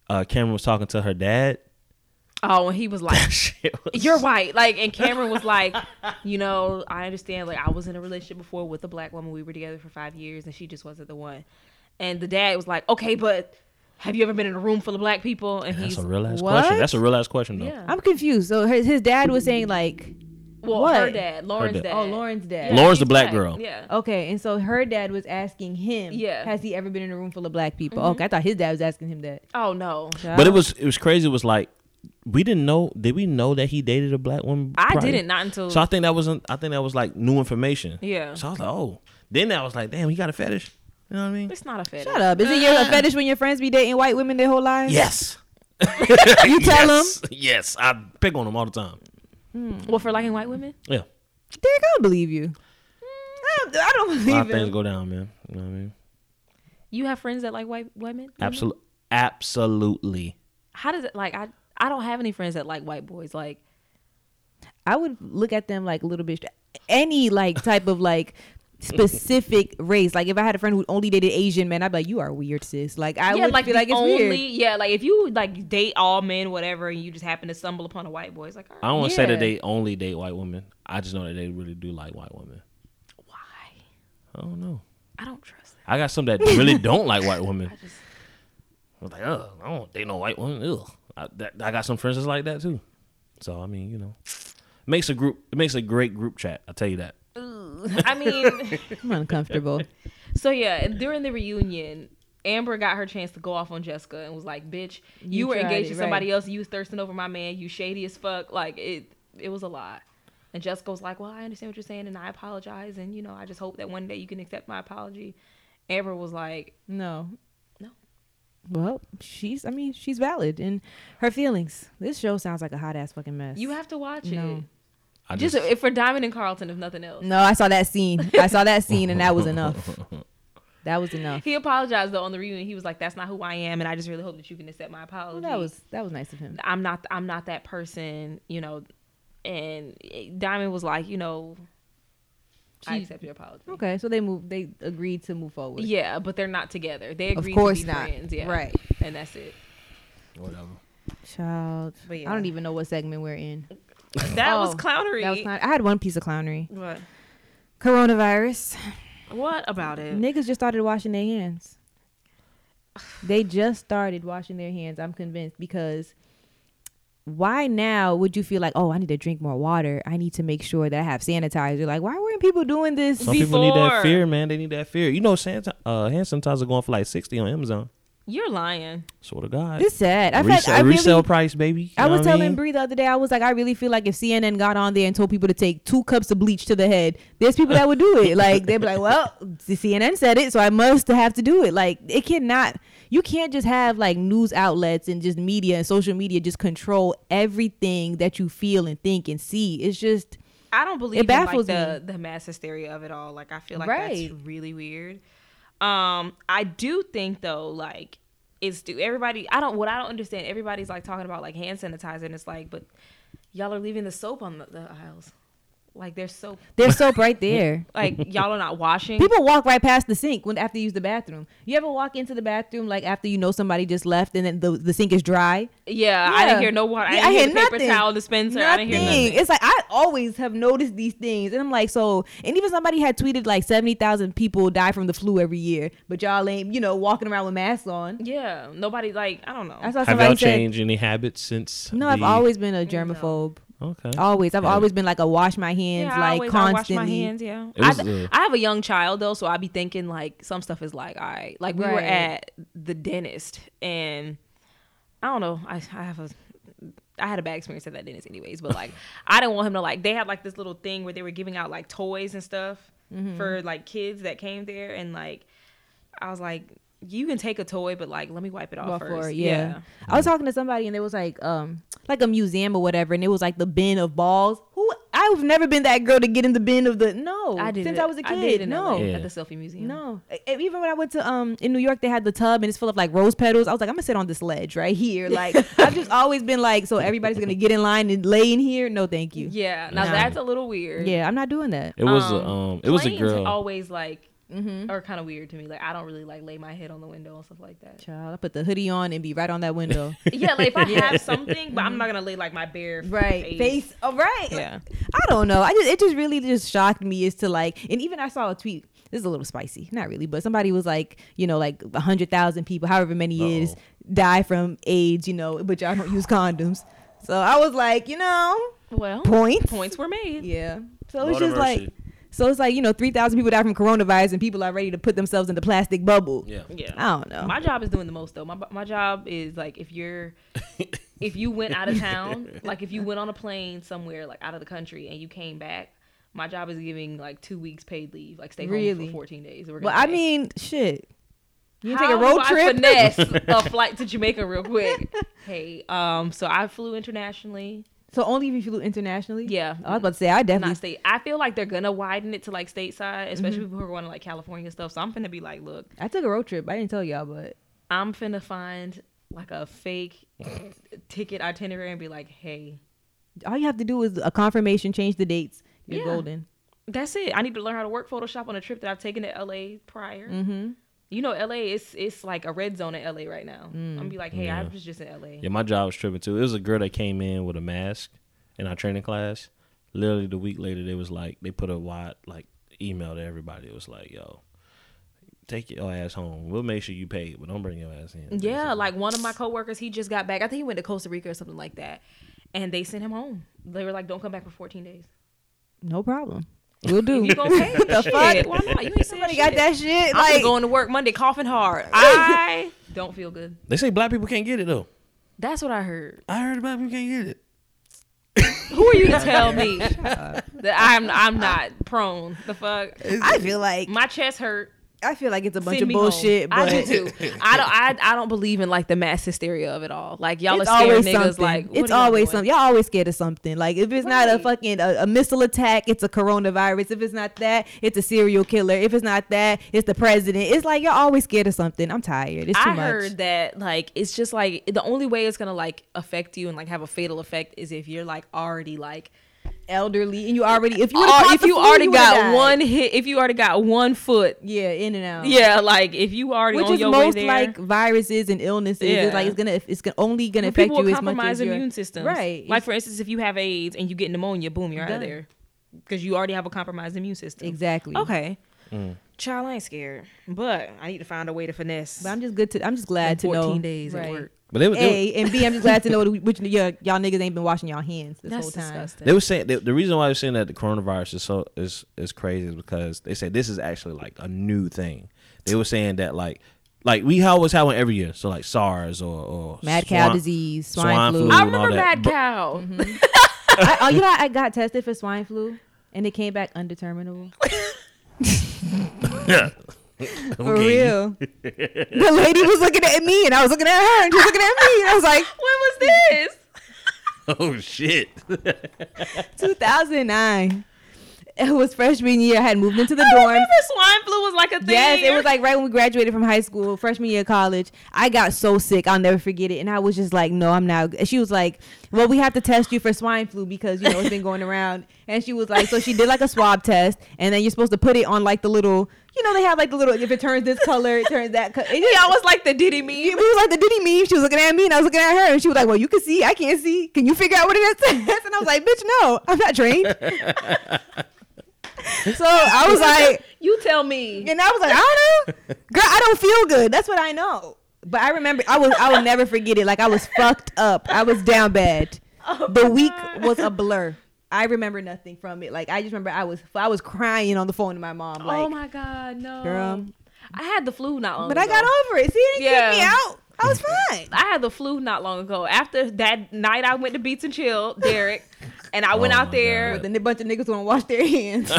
uh, Cameron was talking to her dad. [laughs] Oh, and he was like, [laughs] Shit was- "You're white," like, and Cameron was like, "You know, I understand. Like, I was in a relationship before with a black woman. We were together for five years, and she just wasn't the one." And the dad was like, "Okay, but have you ever been in a room full of black people?" And That's he's a real ass What? question. That's a real ass question though. yeah, I'm confused. So his, his dad was saying, like, well, What? her dad, Lauren's dad. dad. oh, Lauren's dad. Yeah, Lauren's the he's black girl. Yeah. Okay. And so her dad was asking him, Yeah. has he ever been in a room full of black people? Okay. I thought his dad was asking him that. Oh no. But it was it was crazy. It was like we didn't know. Did we know that he dated a black woman? I prior? didn't not until So I think that wasn't. I think that was like new information. Yeah. So I was like, oh. Then I was like, damn, he got a fetish. You know what I mean? it's not a fetish. Shut up. Is it your a fetish when your friends be dating white women their whole [laughs] lives? [laughs] Yes. You tell yes. Yes, I pick on him all the time. Well, for liking white women, Yeah. them? Derek, I don't believe you. I don't, I don't A lot of believe things him. go down, man. You know what I mean? you have friends that like white women. Absolutely. Absolutely. How does it like? I I don't have any friends that like white boys. Like I would look at them like a little bit, any like type of like specific [laughs] race. Like if I had a friend who only dated Asian men, I'd be like, you are weird, sis. Like I yeah, would like feel the like it's only weird. yeah, like if you like date all men, whatever, and you just happen to stumble upon a white boy, it's like all I right, don't want to say Yeah. that they only date white women. I just know that they really do like white women. why? I don't know. I don't trust [laughs] that. I got some that really don't like [laughs] white women. I was like, oh, I don't date no white woman. Ugh. I, that, I got some friends that's like that too. So I mean, you know, makes a group. It makes a great group chat. I will tell you that. I mean, [laughs] I'm uncomfortable. so yeah, and during the reunion, Amber got her chance to go off on Jessica and was like, "Bitch, you, You were tried engaged it, to somebody right. else. You was thirsting over my man. You shady as fuck. Like it, it was a lot." And Jessica was like, "Well, I understand what you're saying, and I apologize. And you know, I just hope that one day you can accept my apology." Amber was like, No. No. Well, she's. I mean, she's valid in her feelings. This show sounds like a hot ass fucking mess. "You have to watch No. I it, just, if for Diamond and Carlton, if nothing else." No, I saw that scene. I saw that scene, and that was [laughs] enough. That was enough. He apologized though on the reunion. He was like, "That's not who I am, and I just really hope that you can accept my apology." Well, that was that was nice of him. I'm not I'm not that person, you know. And Diamond was like, you know, I She- accept your apology. Okay, so they moved. They agreed to move forward. Yeah, but they're not together. They of agree course to be not. friends, yeah. Right. And that's it. whatever. Child. But I don't yeah. even know what segment we're in. That was Oh, clownery. That was clown- I had one piece of clownery. what? Coronavirus. What about it? Niggas just started washing their hands. They just started washing their hands, I'm convinced, because why now would you feel like, oh, I need to drink more water? I need to make sure that I have sanitizer. Like, why weren't people doing this? Some people need that Before. fear, man. They need that fear. You know, Santa, uh, hand sometimes are going for like sixty on Amazon. You're lying. Swear to God, This sad. I've Resell- had, I really, resale price, baby. You I know was what telling mean? Bree the other day, I was like, I really feel like if CNN got on there and told people to take two cups of bleach to the head, there's people that would do it. Like, they'd be like, well, [laughs] the CNN said it, so I must have to do it. Like, it cannot, you can't just have like news outlets and just media and social media just control everything that you feel and think and see. It's just, I don't believe It in, like, baffles the, the mass hysteria of it all. Like I feel like Right. that's really weird. Um, I do think though, like it's do everybody I don't what I don't understand, everybody's like talking about like hand sanitizer and it's like, but y'all are leaving the soap on the, the aisles. Like there's soap there's [laughs] soap right there. like [laughs] y'all are not washing. People walk right past the sink when after you use the bathroom. You ever walk into the bathroom like after you know somebody just left and then the, the sink is dry? Yeah, I didn't Yeah. hear no water. I Yeah, didn't I hear, hear the paper nothing. towel dispenser. I didn't hear nothing. It's like I always have noticed these things, and I'm like, so. And even somebody had tweeted like seventy thousand people die from the flu every year, but y'all ain't you know walking around with masks on. Yeah, nobody like I don't know. I saw Have somebody y'all said, changed any habits since? no, the- I've always um, been a germaphobe. okay. Always, I've Yeah. always been like a wash my hands yeah, I like always I wash constantly. my hands. Yeah, It was, I, uh, I have a young child though, so I be thinking like some stuff is like all right. Like we were Right. at the dentist, and I don't know. I I have a. I had a bad experience at that dentist, anyways. But [laughs] like, I didn't want him to like. They had like this little thing where they were giving out like toys and stuff Mm-hmm. for like kids that came there, and like, I was like, you can take a toy, but like, let me wipe it off Well, first. for- yeah. I was talking to somebody and there was like um like a museum or whatever and it was like the bin of balls. Who I've never been that girl to get in the bin of the no. I did since it. I was a kid. did in no. LA Yeah. at the selfie museum. No, E- e- even when I went to um in New York, they had the tub and it's full of like rose petals. I was like, I'm gonna sit on this ledge right here. Like I've just always been like, so everybody's gonna get in line and lay in here. No, thank you. Yeah, now No. that's a little weird. Yeah, I'm not doing that. It was Um, a um. It was a planes girl. Always like are kind of weird to me. Like I don't really like lay my head on the window and stuff like that. Child, I put the hoodie on and be right on that window. [laughs] yeah, like if I have something, but I'm not gonna lay like my bare right, face. All right. Yeah. I don't know. I just it just really just shocked me as to like, and even I saw a tweet. This is a little spicy, not really, but somebody was like, you know, like a hundred thousand people, however many years, Uh-oh. die from AIDS, you know, but y'all don't use condoms. So I was like, you know, Well, points. points were made. Yeah. So it's Lord just have like, mercy. so it's like you know, three thousand people die from coronavirus, and people are ready to put themselves in the plastic bubble. yeah. Yeah. I don't know. My job is doing the most though. My my job is like if you're if you went out of [laughs] town, like if you went on a plane somewhere like out of the country and you came back, my job is giving like two weeks paid leave, like stay home Really? for 14 days. We're well, gonna I pay. mean, shit. You How take a do road I trip. finesse a flight to Jamaica real quick. hey, um, so I flew internationally. [laughs] So only if you flew internationally. Oh, Yeah. I was about to say I definitely Not state. I feel like they're gonna widen it to like stateside, especially Mm-hmm. people who are going to like California and stuff. So I'm finna be like, look, I took a road trip. I didn't tell y'all, but I'm finna find like a fake [laughs] ticket itinerary and be like, hey, all you have to do is a confirmation, change the dates. You're Yeah. golden. that's it. I need to learn how to work Photoshop on a trip that I've taken to LA prior. Mm-hmm. You know, LA it's it's like a red zone in LA right now. I'm Mm. gonna be like, hey, I Yeah. was just in LA. Yeah, my job was tripping too. It was a girl that came in with a mask in our training class. Literally the week later, they was like they put a wide like email to everybody. It was like, yo, take your ass home. We'll make sure you pay, but don't bring your ass in. Yeah, like one of my coworkers, he just got back. I think he went to Costa Rica or something like that, and they sent him home. They were like, "Don't come back for 14 [laughs] days." No problem. We'll do. [laughs] You gonna pay? The Shit, fuck? Why not? You ain't said Somebody got shit. that shit. I'm like, Like, going to work Monday, coughing [laughs] hard. I don't feel good. They say black people can't get it though. That's what I heard. I heard black people can't get it. Who are you [laughs] to tell me that I'm I'm not prone? The fuck. I feel like My chest hurt. I feel like it's a bunch Send of me home. bullshit. But I do too. I don't. I, I don't believe in like the mass hysteria of it all. Like y'all it's are scared always niggas. something. Like what it's are y'all always doing? something. Y'all always scared of something. Like if it's not a Right. fucking a, a missile attack, it's a coronavirus. If it's not that, it's a serial killer. If it's not that, it's the president. It's like y'all always scared of something. I'm tired. It's too I much. heard that like it's just like the only way it's gonna like affect you and like have a fatal effect is if you're like already like Elderly, and you already if you Or would've caught if the you flu, already would've got died. one hit if you already got one foot yeah, in and out. yeah like if you already Which on is your most way there, like viruses and illnesses. It's Yeah. like it's gonna it's gonna only gonna when affect people you with as much as compromised your immune systems Right. like for instance if you have AIDS and you get pneumonia boom you're out Done. of there because you already have a compromised immune system exactly. okay Mm. child I ain't scared but I need to find a way to finesse But I'm just good to. I'm just glad to know. 14 days at Right. work But they, were- they, A were- and B. I'm just glad to know that we- which yeah, y'all niggas ain't been washing y'all hands this that's whole time. disgusting they were saying the, the reason why they're saying that the coronavirus is so is is crazy is because they say this is actually like a new thing. They were saying that like like we always have one every year, so like SARS or, or Mad cow swine- [laughs] disease, swine, swine flu. flu. I and all remember that. Mad But- Cow Mm-hmm. [laughs] I, oh, you know, I got tested for swine flu, and it came back [laughs] undeterminable. For Okay. real, the lady was looking at me, and I was looking at her, and she was looking at me, and I was like, [laughs] when was this [laughs] Oh shit! 2009. It was freshman year. I had moved into the I dorm. remember swine flu was like a thing. Yes, it was like [laughs] right when we graduated from high school, freshman year of college. I got so sick, I'll never forget it. And I was just like, no, I'm not. And She was like, well, we have to test you for swine flu because you know it's been going around. And she was like, so she did like a swab test, and then you're supposed to put it on like the little, you know, they have like the little. If it turns this color, it turns that. color. he always like the Diddy meme. It was like the Diddy meme. She was looking at me, and I was looking at her, and she was like, "Well, you can see, I can't see. Can you figure out what it says?" [laughs] And I was like, "Bitch, no, I'm not trained." [laughs] so I was like, You tell me. and I was like, I don't know, girl, I don't feel good. That's what I know. But I remember, I was, I will never forget it. Like I was fucked up. I was down bad. Oh the week was a blur. I remember nothing from it. Like I just remember I was, I was crying on the phone to my mom. Like, oh my god, no. Girl. I had the flu not long but ago. I got over it. See, it didn't kick me Yeah. out. I was fine. I had the flu not long ago. After that night I went to Beats and [laughs] Chill, Derek, and I went Oh out my there God. The n- bunch of niggas don't wash their hands.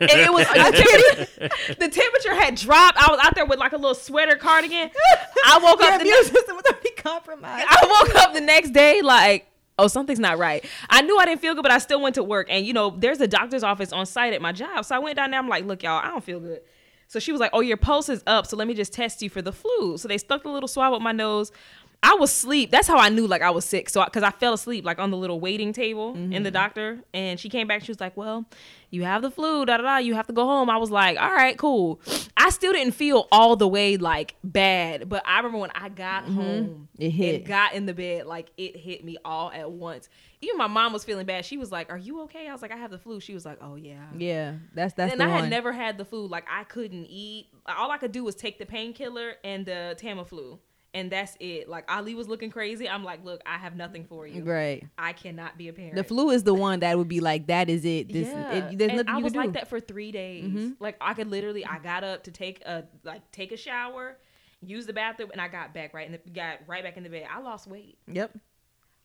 and it [laughs] was the, temperature, [laughs] the temperature had dropped. I was out there with like a little sweater cardigan. [laughs] I [laughs] woke Your up the immune next, system was already compromised. [laughs] I woke up the next day like Oh, something's not right. I knew I didn't feel good, but I still went to work. And you know, there's a doctor's office on site at my job, so I went down there. I'm like, "Look, y'all, I don't feel good." So she was like, "Oh, your pulse is up, so let me just test you for the flu." So they stuck the little swab up my nose. I was asleep. That's how I knew like I was sick. So because I, fell asleep like on the little waiting table in the doctor, and she came back. She was like, "Well, you have the flu. Da da da. You have to go home." I was like, "All right, cool." I still didn't feel all the way like bad, but I remember when I got home, It hit. and got in the bed, like it hit me all at once. Even my mom was feeling bad. She was like, "Are you okay?" I was like, "I have the flu." She was like, "Oh yeah." yeah, that's that's and the I one. had never had the flu. Like I couldn't eat. All I could do was take the painkiller and the Tamiflu, and that's it. Like Ali was looking crazy. I'm like, "Look, I have nothing for you. right. I cannot be a parent." The flu is the one that would be like that is it. This yeah. it, there's and nothing I you was can like do. Mm-hmm. that for three days. Like I could literally, I got up to take a like take a shower, use the bathroom, and I got back right in the got right back in the bed. I lost weight. Yep.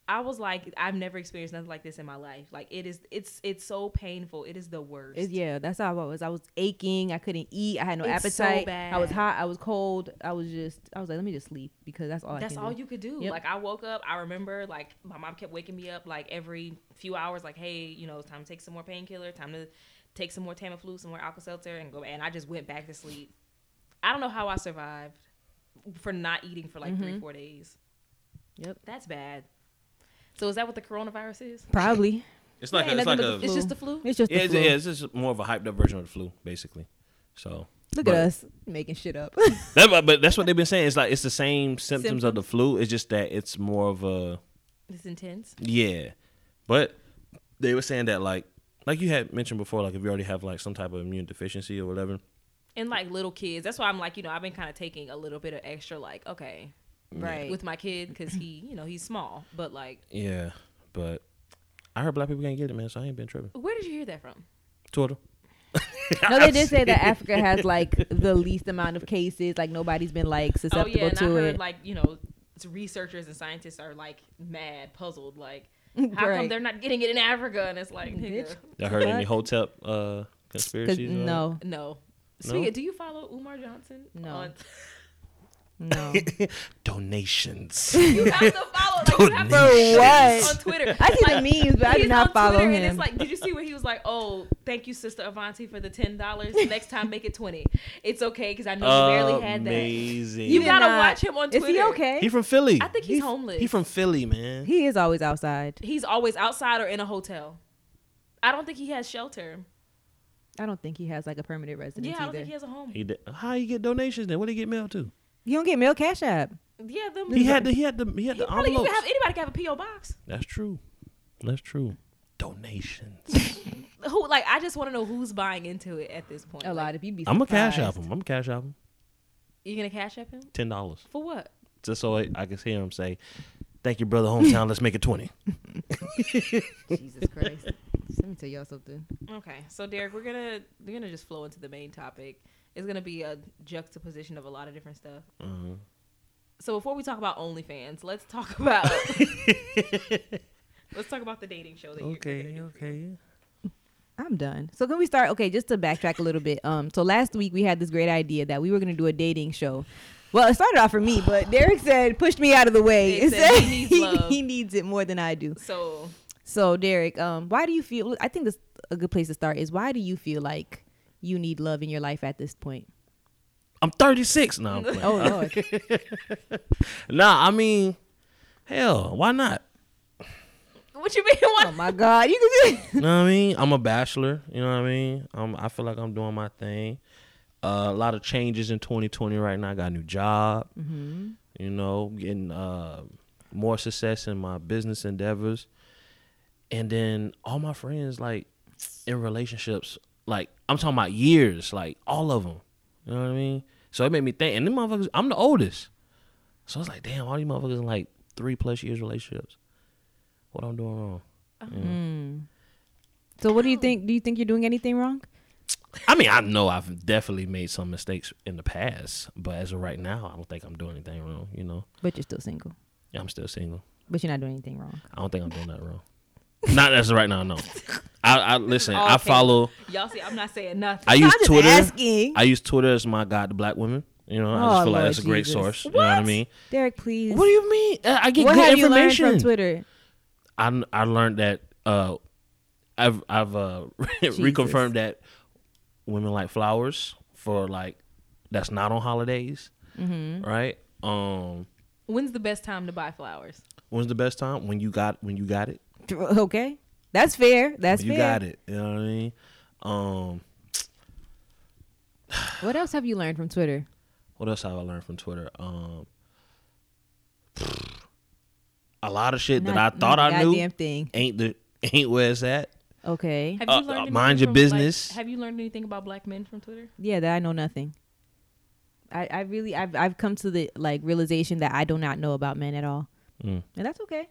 I was like, I've never experienced nothing like this in my life. Like it is, it's it's so painful. It is the worst. It- yeah, that's how I was. I was aching. I couldn't eat. I had no It's so appetite. I was bad. hot. I was cold. I was just. I was like, let me just sleep because that's all. I That's can all do. you could do. Yep. Like I woke up, I remember like my mom kept waking me up like every few hours, like, hey, you know, it's time to take some more painkiller, time to take some more Tamiflu, some more Alka Seltzer, and go. And I just went back to sleep. I don't know how I survived for not eating for like three, four days. Mm-hmm. Yep. that's bad. So is that what the coronavirus is? [laughs] Probably. It's like Yeah, a, ain't it's nothing but like a the It's flu. just the flu. It's just yeah, the it's, flu. yeah, it's just more of a hyped up version of the flu, basically. So Look but- at us making [laughs] shit up. That, but- but that's what they've been saying. It's like it's the same symptoms of the flu. It's just that it's more of a It's intense. yeah. But they were saying that like like you had mentioned before, like if you already have like some type of immune deficiency or whatever, and like little kids. That's why I'm like, you know, I've been kind of taking a little bit of extra, like, okay, Right. with my kid because he, you know, he's small. But like, Yeah, but I heard black people can't get it, man. So I ain't been tripping. where did you hear that from? Twitter. no, they did say that [laughs] Africa has like the least amount of cases. Like nobody's been like susceptible oh yeah, and to I heard it. like you know, it's researchers and scientists are like mad, puzzled, like. How come Right. they're not getting it in Africa? And it's like, nigga, Bitch. I heard any Fuck. Hotep uh, 'Cause- conspiracies? or- no, no. No? Speaking, do you follow Umar Johnson? No. on- [laughs] [laughs] no. Donations. [laughs] you have to follow. Like, you have to For follow him what? on Twitter. I see Like, the memes, but I do He's not on follow Twitter, him. And it's like, did you see where he was like, "Oh, thank you, Sister Avanti, for the ten [laughs] dollars. Next time, make it twenty. It's okay because I know you barely had that. Amazing. You Did gotta not- watch him on Twitter. Is he okay? He from Philly. I think he's homeless. He from Philly, man. he is always outside. He's always outside or in a hotel. I don't think he has shelter. I don't think he has like a permanent residence Yeah, I don't either. think he has a home. He de- how you get donations then? What did he get mailed to? you don't get mail cash app. Yeah, them. He had the he had the he had He the probably even envelopes. have anybody can have a PO box. That's true. That's true. Donations. Who like? I just want to know who's buying into it at this point. A Like, lot of you'd be. I'm a cash surprised. album. I'm a cash album. You gonna cash up him Ten dollars. for what? Just so I, I can hear him say, "Thank you, brother, [laughs] hometown. Let's make it 20. [laughs] Jesus Christ. Let me tell y'all something. Okay, so Derek, we're gonna we're gonna just flow into the main topic. It's gonna be a juxtaposition of a lot of different stuff. Mm-hmm. So before we talk about OnlyFans, let's talk [laughs] about let's talk about the dating show that you're gonna Okay, do. okay. I'm done. So can we start? Okay, just to backtrack a little bit. Um, so last week we had this great idea that we were going to do a dating show. Well, it started off for me, but Derek said pushed me out of the way He and said said he needs [laughs] he- love. he needs it more than I do. So So Derek, um, why do you feel? I think this a good place to start is why do you feel like you need love in your life at this point? I'm 36 now. I'm [laughs] Oh Lord, Nah, I mean, hell, why not? what you mean? oh What? my God, you can [laughs] You know what I mean? I'm a bachelor. You know what I mean? Um, I feel like I'm doing my thing. Uh, a lot of changes in 2020 right now. I got a new job. You know, getting uh, more success in my business endeavors, and then all my friends like in relationships. Like I'm talking about years. Like all of them. You know what I mean? So it made me think. And them motherfuckers, I'm the oldest. So I was like, damn, all these motherfuckers in like three plus years relationships. What I'm doing wrong? So what do you think? Do you think you're doing anything wrong? I mean, I know I've definitely made some mistakes in the past, but as of right now, I don't think I'm doing anything wrong. You know, But you're still single. yeah, I'm still single. But you're not doing anything wrong. I don't think I'm doing that wrong. Not as of right [laughs] now, no. I, I listen. all I follow. Y'all see, I'm not saying nothing. I use I'm just Twitter. asking. I use Twitter as my guide to black women. You know, I just Oh, feel like Lord that's a great Jesus. source. You know what I What? mean? Derek, please. What do you mean? Uh, I get What good have you learned information. from Twitter? I I learned that uh, I've I've uh, [laughs] reconfirmed that women like flowers for like that's not on holidays, Mm-hmm. right? Um, When's the best time to buy flowers? when's the best time when you got when you got it? Okay, that's fair. That's When you fair. got it. You know what I mean? Um, What else have you learned from Twitter? what else have I learned from Twitter? Um, [sighs] a lot of shit that Not- I thought not a I knew Goddamn thing. ain't the [laughs] ain't where it's at. Okay. Have Uh, uh, anything mind your from, like- business. have you learned anything about black men from Twitter? Yeah, that I know nothing. I, I really I've I've come to the like realization that I do not know about men at all, Mm. and that's okay.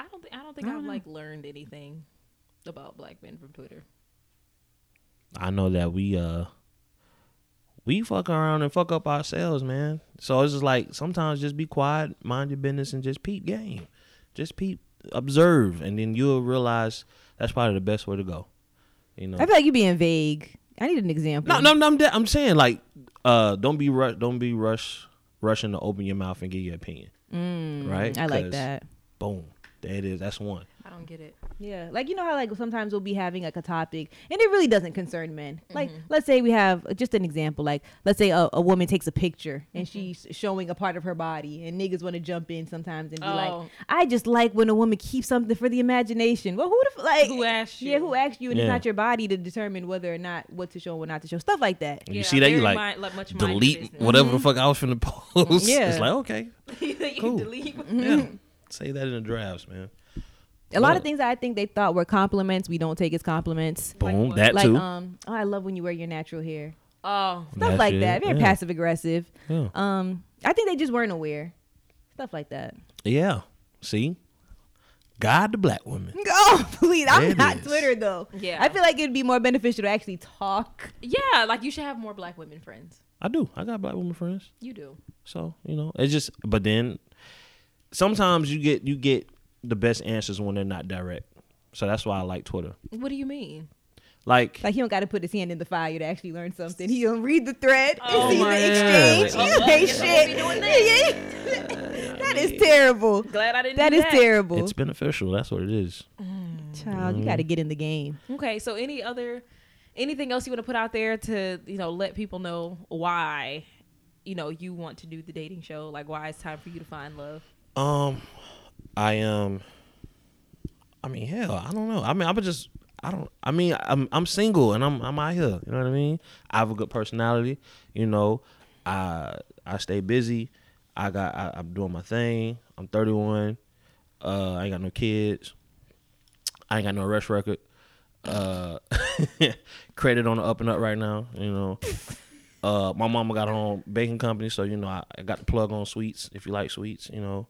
I don't think I don't think I I've don't know. like learned anything about black men from Twitter. I know that we uh we fuck around and fuck up ourselves, man. So it's just like sometimes just be quiet, mind your business, and just peep game. Just peep, observe, and then you'll realize that's probably the best way to go. You know. I feel like you're being vague. I need an example. No, no, no. I'm, de- I'm saying like, uh, don't be rush, don't be rush, rushing to open your mouth and give your opinion. Mm, Right? I like 'Cause- that. Boom, there it is. That's one. I don't get it. Yeah, like you know how like sometimes we'll be having like a topic and it really doesn't concern men. Like Mm-hmm. let's say we have uh, just an example. Like let's say a, a woman takes a picture and Mm-hmm. she's showing a part of her body, and niggas want to jump in sometimes and be Oh. like, "I just like when a woman keeps something for the imagination." Well, who the f- like Who asked Yeah, you? who asked you? And Yeah. it's not your body to determine whether or not what to show and what not to show. Stuff like that. When you Yeah, see that, you very like, mind- like, much mind your delete business. whatever the fuck I was finna [laughs] post. Mm-hmm. Yeah. it's like okay, [laughs] you Cool. delete. yeah, say that in the drafts, man. A lot Well- of things that I think they thought were compliments, we don't take as compliments. Like Boom, what? that Like too. um, oh, I love when you wear your natural hair. [laughs] Oh, stuff That like shit, that. Very yeah. passive aggressive. Yeah. Um, I think they just weren't aware. Stuff like that. Yeah. See? God the black woman. [laughs] Oh, please! I'm It not is. Twitter though. Yeah. I feel like it'd be more beneficial to actually talk. yeah. Like you should have more black women friends. I do. I got black woman friends. You do. So, you know, it's just but then sometimes you get you get the best answers when they're not direct. So that's why I like Twitter. What do you mean? Like Like he don't got to put his hand in the fire to actually learn something. He don't read the thread Oh and see my the exchange. You God. Oh, ain't guess I won't be [laughs] doing shit. Yeah, yeah. that is terrible. Glad I didn't. That do is terrible. it's mm. beneficial. That's what it is. Child, you got to get in the game. Okay, so any other anything else you want to put out there to, you know, let people know why, you know, you want to do the dating show, like why it's time for you to find love. Um, I um, I mean, hell, I don't know. I mean, I'm just, I don't. I mean, I'm I'm single and I'm I'm out here. You know what I mean? I have a good personality. You know, I I stay busy. I got I, I'm doing my thing. I'm 31. Uh, I ain't got no kids. I ain't got no arrest record. Uh, [laughs] credit on the up and up right now. You know. Uh, my mama got her own baking company, so you know I, I got the plug on sweets. If you like sweets, you know,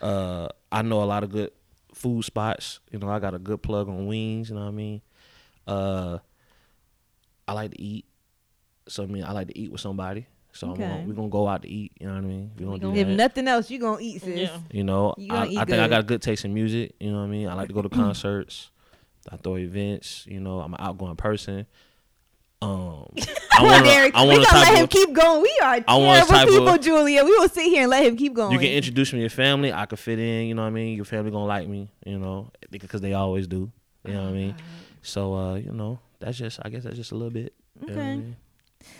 uh, I know a lot of good food spots. You know, I got a good plug on wings. You know what I mean? Uh, I like to eat, so I mean I like to eat with somebody. So I'm Okay. gonna, we're gonna go out to eat. You know what I mean? We're gonna do If that. nothing else, you gonna eat, sis. Yeah. You know, You I, gonna I eat think I good. Mm. got a good taste in music. You know what I mean? I like to go to concerts. I throw events. You know, I'm an outgoing person. [laughs] Um, I Come on, wanna- Eric. I we wanna gonna type let him of- keep going. We are I wanna type terrible people, of- Julia. We will sit here and let him keep going. You can introduce me to your family. I could fit in. You know what I mean. Your family gonna like me. You know, because they always do. You know what I mean. Uh-huh. So uh, you know, that's just. I guess that's just a little bit. you know what I Okay. mean?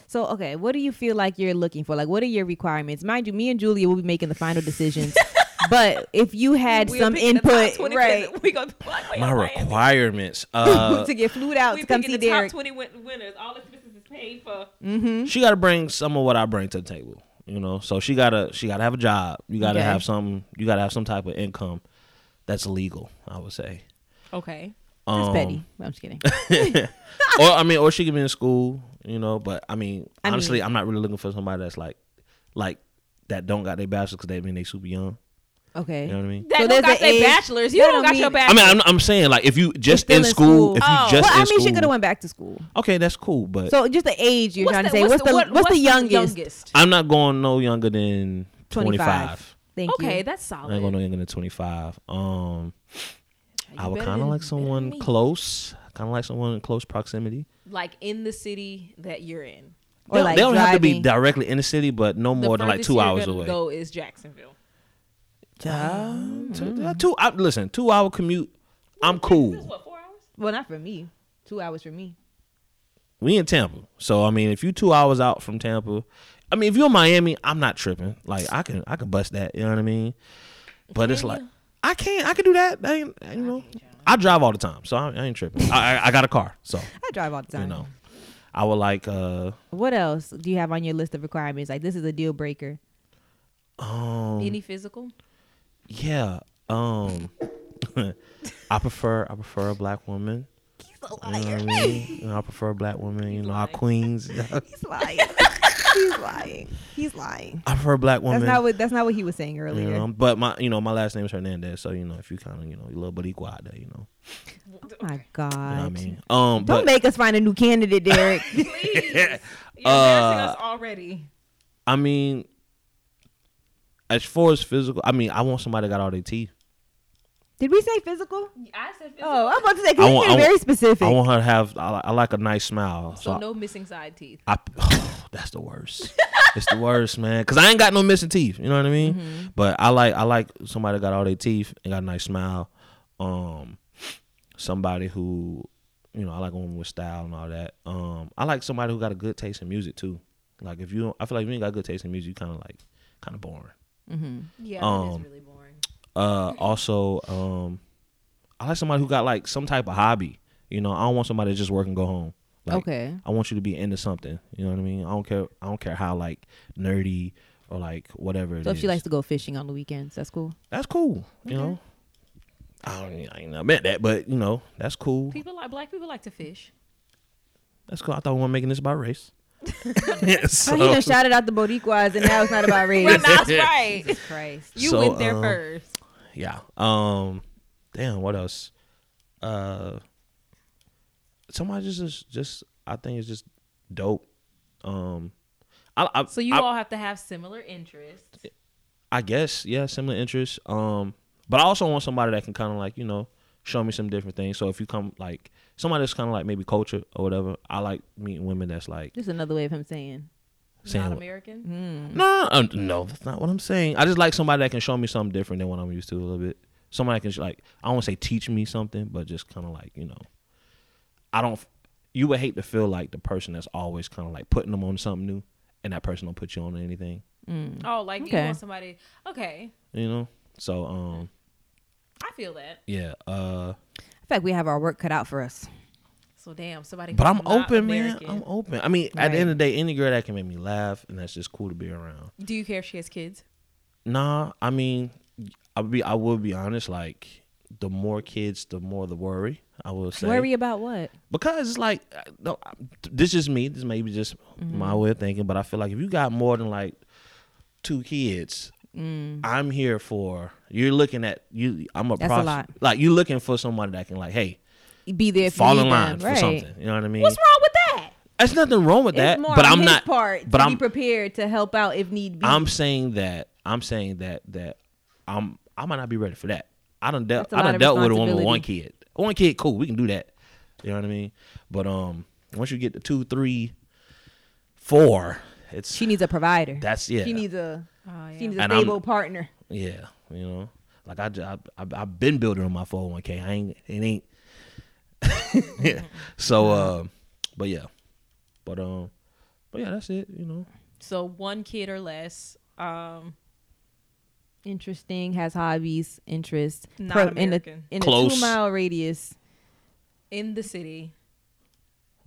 So, okay, what do you feel like you're looking for? Like, what are your requirements? Mind you, me and Julia will be making the [laughs] final decisions. but if you had We're some picking the top input, 20 [laughs] right, [laughs] We gonna why are you My playing? requirements. Uh, to get flued out we to come picking see the Derek. top twenty win- winners. All this business is paid for. she gotta bring some of what I bring to the table. You know, so she gotta she gotta have a job. You gotta Okay. have some. You gotta have some type of income that's legal. I would say. [laughs] Okay. That's Um, petty. No, I'm just kidding. or I mean, or she could be in school, you know. But I mean, honestly, I'm not really looking for somebody that's like, like that don't got their bachelor's because they mean they super young. Okay. You know what I mean? That So don't there's got a their age- bachelors. You that don't don't got your mean- I bachelors. mean, I'm, I'm saying like if you just still in in school. school, if Oh. you just well, I in mean, she school, could have went back to school. okay, that's cool. But So, just the age you're trying to say. What's the what- what's, the youngest? I'm not going no younger than 25. 25. Thank you. Okay, that's I solid. ain't going no younger than 25. Um, You I would better kind of than- like better than someone me. close, kind of like someone in close proximity. like in the city that you're in. Or they, like they don't have to be driving. directly in the city, but no The more than like furthest two you're hours gonna away. Go is Jacksonville. Um, Mm-hmm. two, uh, two I, listen, two hour commute. I'm This is cool. what four hours? Well, not for me. Two hours for me. We in Tampa, so I mean, if you two hours out from Tampa, I mean, if you're in Miami, I'm not tripping. Like I can, I can bust that. You know what I mean? But it's like I can't. I can do that. I ain't, you know, I drive all the time, so I, I ain't tripping. I, I, I got a car, [laughs] so I drive all the time. you know, I would like. uh What else do you have on your list of requirements? Like, this is a deal breaker. Um, Any physical? yeah. Um, [laughs] I prefer, I prefer a black woman. You know what [laughs] I mean? You know, I prefer a black woman. You know, our queens. [laughs] He's lying. He's lying. He's lying. I prefer a black woman. That's not what. That's not what he was saying you earlier. know, but my, you know, my last name is Hernandez, so you know, if you kind of, you know, you little buddy out there, you know, Oh my God. you know what I mean. Um, Don't but make us find a new candidate, [laughs] Derek. Please. You're embarrassing Uh, us already. I mean, as far as physical, I mean, I want somebody that got all their teeth. Did we say physical? I said physical. Oh, I'm about to say. I Cause want- you're I very want- specific. I want her to have. I, li- I like a nice smile. So, so no missing side teeth. I, [sighs] that's the worst. it's the worst, man. Cause I ain't got no missing teeth. You know what I mean? But I like I like somebody that got all their teeth and got a nice smile. Um, somebody who, you know, I like a woman with style and all that. Um, I like somebody who got a good taste in music too. Like if you, don't, I feel like if you ain't got good taste in music, you kind of like kind of boring. Yeah, it Um, is really boring. Uh, also, um, I like somebody who got like some type of hobby. You know, I don't want somebody to just work and go home. Like, Okay. I want you to be into something. You know what I mean? I don't care. I don't care how like nerdy or like whatever. it So if she is. likes to go fishing on the weekends, that's cool. that's cool. You know, I don't. I ain't never meant that, but you know, that's cool. People like black people like to fish. [laughs] That's cool. I thought we weren't making this about race. Oh, so, [laughs] he done shouted out the Boricuas, and now it's not [laughs] about race. Well, [laughs] that's right. Jesus Christ. You So, went there um, first. yeah. Um, damn. What else? Uh, somebody just is just I think it's just dope. Um, I I, So you I, all have to have similar interests. I guess yeah, similar interests. Um, but I also want somebody that can kind of like you know show me some different things. So if you come like somebody that's kind of like maybe culture or whatever, I like meeting women that's like Just another way of him saying. saying Not American. No, um, no, that's not what I'm saying. I just like somebody that can show me something different than what I'm used to a little bit. Somebody that can sh- like I don't want to say teach me something, but just kind of like you know, I don't. f- You would hate to feel like the person that's always kind of like putting them on something new, and that person don't put you on anything. Oh, like Okay. you want somebody. Okay, You know, so um, I feel that. yeah, uh, I feel like we have our work cut out for us. So damn, somebody. but I'm who's not open, American. man. I'm open. I mean, at Right. the end of the day, any girl that can make me laugh and that's just cool to be around. Do you care if she has kids? Nah, I mean, I would be I will be honest. Like, the more kids, the more the worry. I will say Worry about what? because it's like, I- no, I- this is me. This may be just Mm-hmm. my way of thinking, but I feel like if you got more than like two kids, I'm here for. You're looking at you. I'm a Mm. That's a pros- lot. Like you're looking for somebody that can like, hey, Be there. If fall you need in line them. for right. something. You know what I mean? What's wrong with that? There's nothing wrong with that, it's more but on I'm his not. Part but to I'm be prepared to help out if need be. I'm saying that I'm saying that that I'm I might not be ready for that. I done dealt That's a I lot done of dealt with a woman with responsibility. one kid. One kid, cool, we can do that. You know what I mean? But um once you get to two, three, four, it's she needs a provider. that's yeah. She needs a. Oh, yeah. She needs a And I'm- stable partner. yeah, you know. Like I, ju- I, I I've been building on my 401k. I ain't it ain't [laughs] so um but yeah. But um but yeah, that's it, you know. So one kid or less. Um, Interesting. Has hobbies, interests. Not in a American. in a Close. two mile radius. in the city.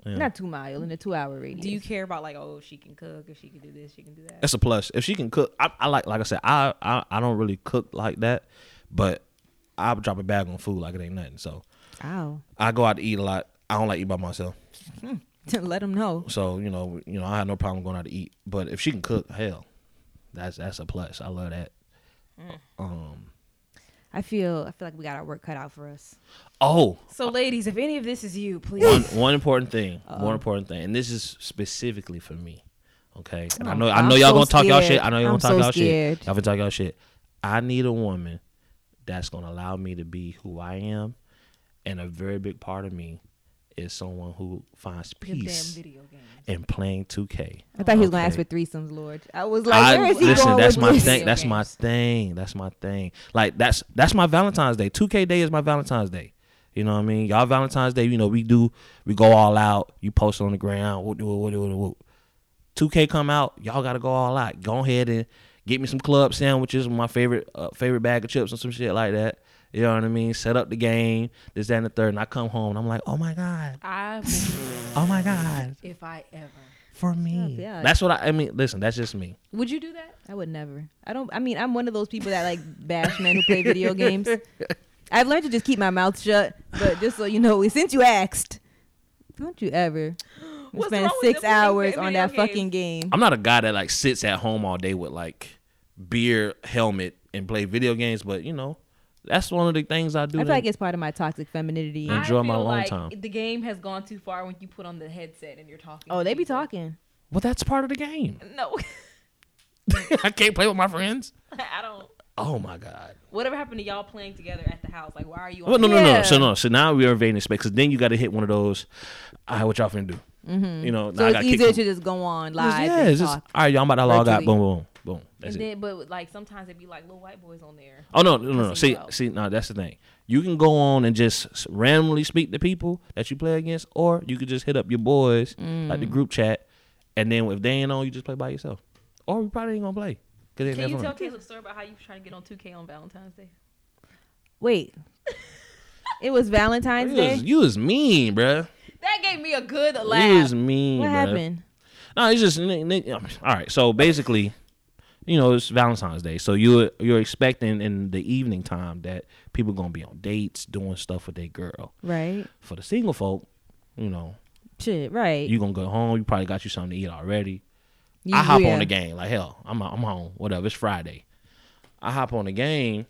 Yeah. Not two mile in a two hour radius. Do you care about like, oh, she can cook, if she can do this, she can do that? That's a plus. If she can cook, I, I like like I said, I, I I don't really cook like that, but I would drop a bag on food like it ain't nothing. So Ow. I go out to eat a lot. I don't like to eat by myself. [laughs] Let them know. So you know you know I have no problem going out to eat. But if she can cook, hell, that's that's a plus. I love that. Um. I feel. I feel like we got our work cut out for us. Oh, So, ladies, if any of this is you, please. one one important thing. Uh-huh. One important thing, and this is specifically for me. Okay, And I know I Oh, I'm know y'all so gonna talk y'all shit. scared. I know y'all I'm gonna talk so y'all scared. shit. Y'all gonna talk y'all shit. I need a woman that's gonna allow me to be who I am, and a very big part of me is someone who finds Them damn peace video games. in playing 2K. I thought he was gonna Okay. ask for threesomes, Lord. I was like, where is he listen, going that's with my this? thing. Video That's my games. thing. That's my thing. Like that's that's my Valentine's Day. 2K Day is my Valentine's Day. You know what I mean? Y'all Valentine's Day, you know, we do we go all out. You post on the ground. Whoop, whoop, whoop, whoop, whoop. 2K come out, y'all gotta go all out. Go ahead and get me some club sandwiches, my favorite uh, favorite bag of chips and some shit like that. You know what I mean? Set up the game, this, that, and the third. And I come home and I'm like, oh my God. [laughs] I would, Oh my God. if I ever. For me. Yeah. That's what I, I mean. Listen, that's just me. Would you do that? I would never. I don't. I mean, I'm one of those people [laughs] that like bash men who play video games. I've learned to just keep my mouth shut. But just so you know, [laughs] since you asked, don't you ever [gasps] What's spend wrong with six them playing hours video on that games? fucking game? I'm not a guy that like sits at home all day with like beer helmet and play video games, but you know, that's one of the things I do. I feel that- like it's part of my toxic femininity. Mm. Enjoy I my feel alone like time. The game has gone too far when you put on the headset and you're talking. Oh, to they be people. talking. well, that's part of the game. No, [laughs] I can't play with my friends. I don't. Oh my god. Whatever happened to y'all playing together at the house? Like, why are you? Well, on Oh, no, no, Yeah. no. So no. So now we are invading space because then you got to hit one of those. All right, what y'all finna do? You know, now Mm-hmm. So I it's gotta easier kick to just go on some- live yeah, and it's just, talk. all right, y'all. I'm about to log out. virtually. Boom, boom, boom. That's and it. then, but like sometimes it'd be like little white boys on there. Oh no, no, no. no. Cussing See, you out. see, no. That's the thing. You can go on and just s- randomly speak to people that you play against, or you could just hit up your boys like the group chat, and then if they ain't on, you just play by yourself, or we probably ain't gonna play. 'cause it ain't Can you that tell fun. Caleb a story about how you was trying to get on 2K on Valentine's Day? [laughs] Wait, it was Valentine's You was, Day. you was mean, bruh. That gave me a good You laugh. was mean. What bruh. happened? No, it's just ni- ni- um, all right. So basically, you know, it's Valentine's Day, so you you're expecting in the evening time that people gonna be on dates, doing stuff with their girl. Right. For the single folk, you know, Shit, right. You gonna go home. You probably got you something to eat already. You- I hop yeah. on the game like hell. I'm I'm home. Whatever. It's Friday. I hop on the game,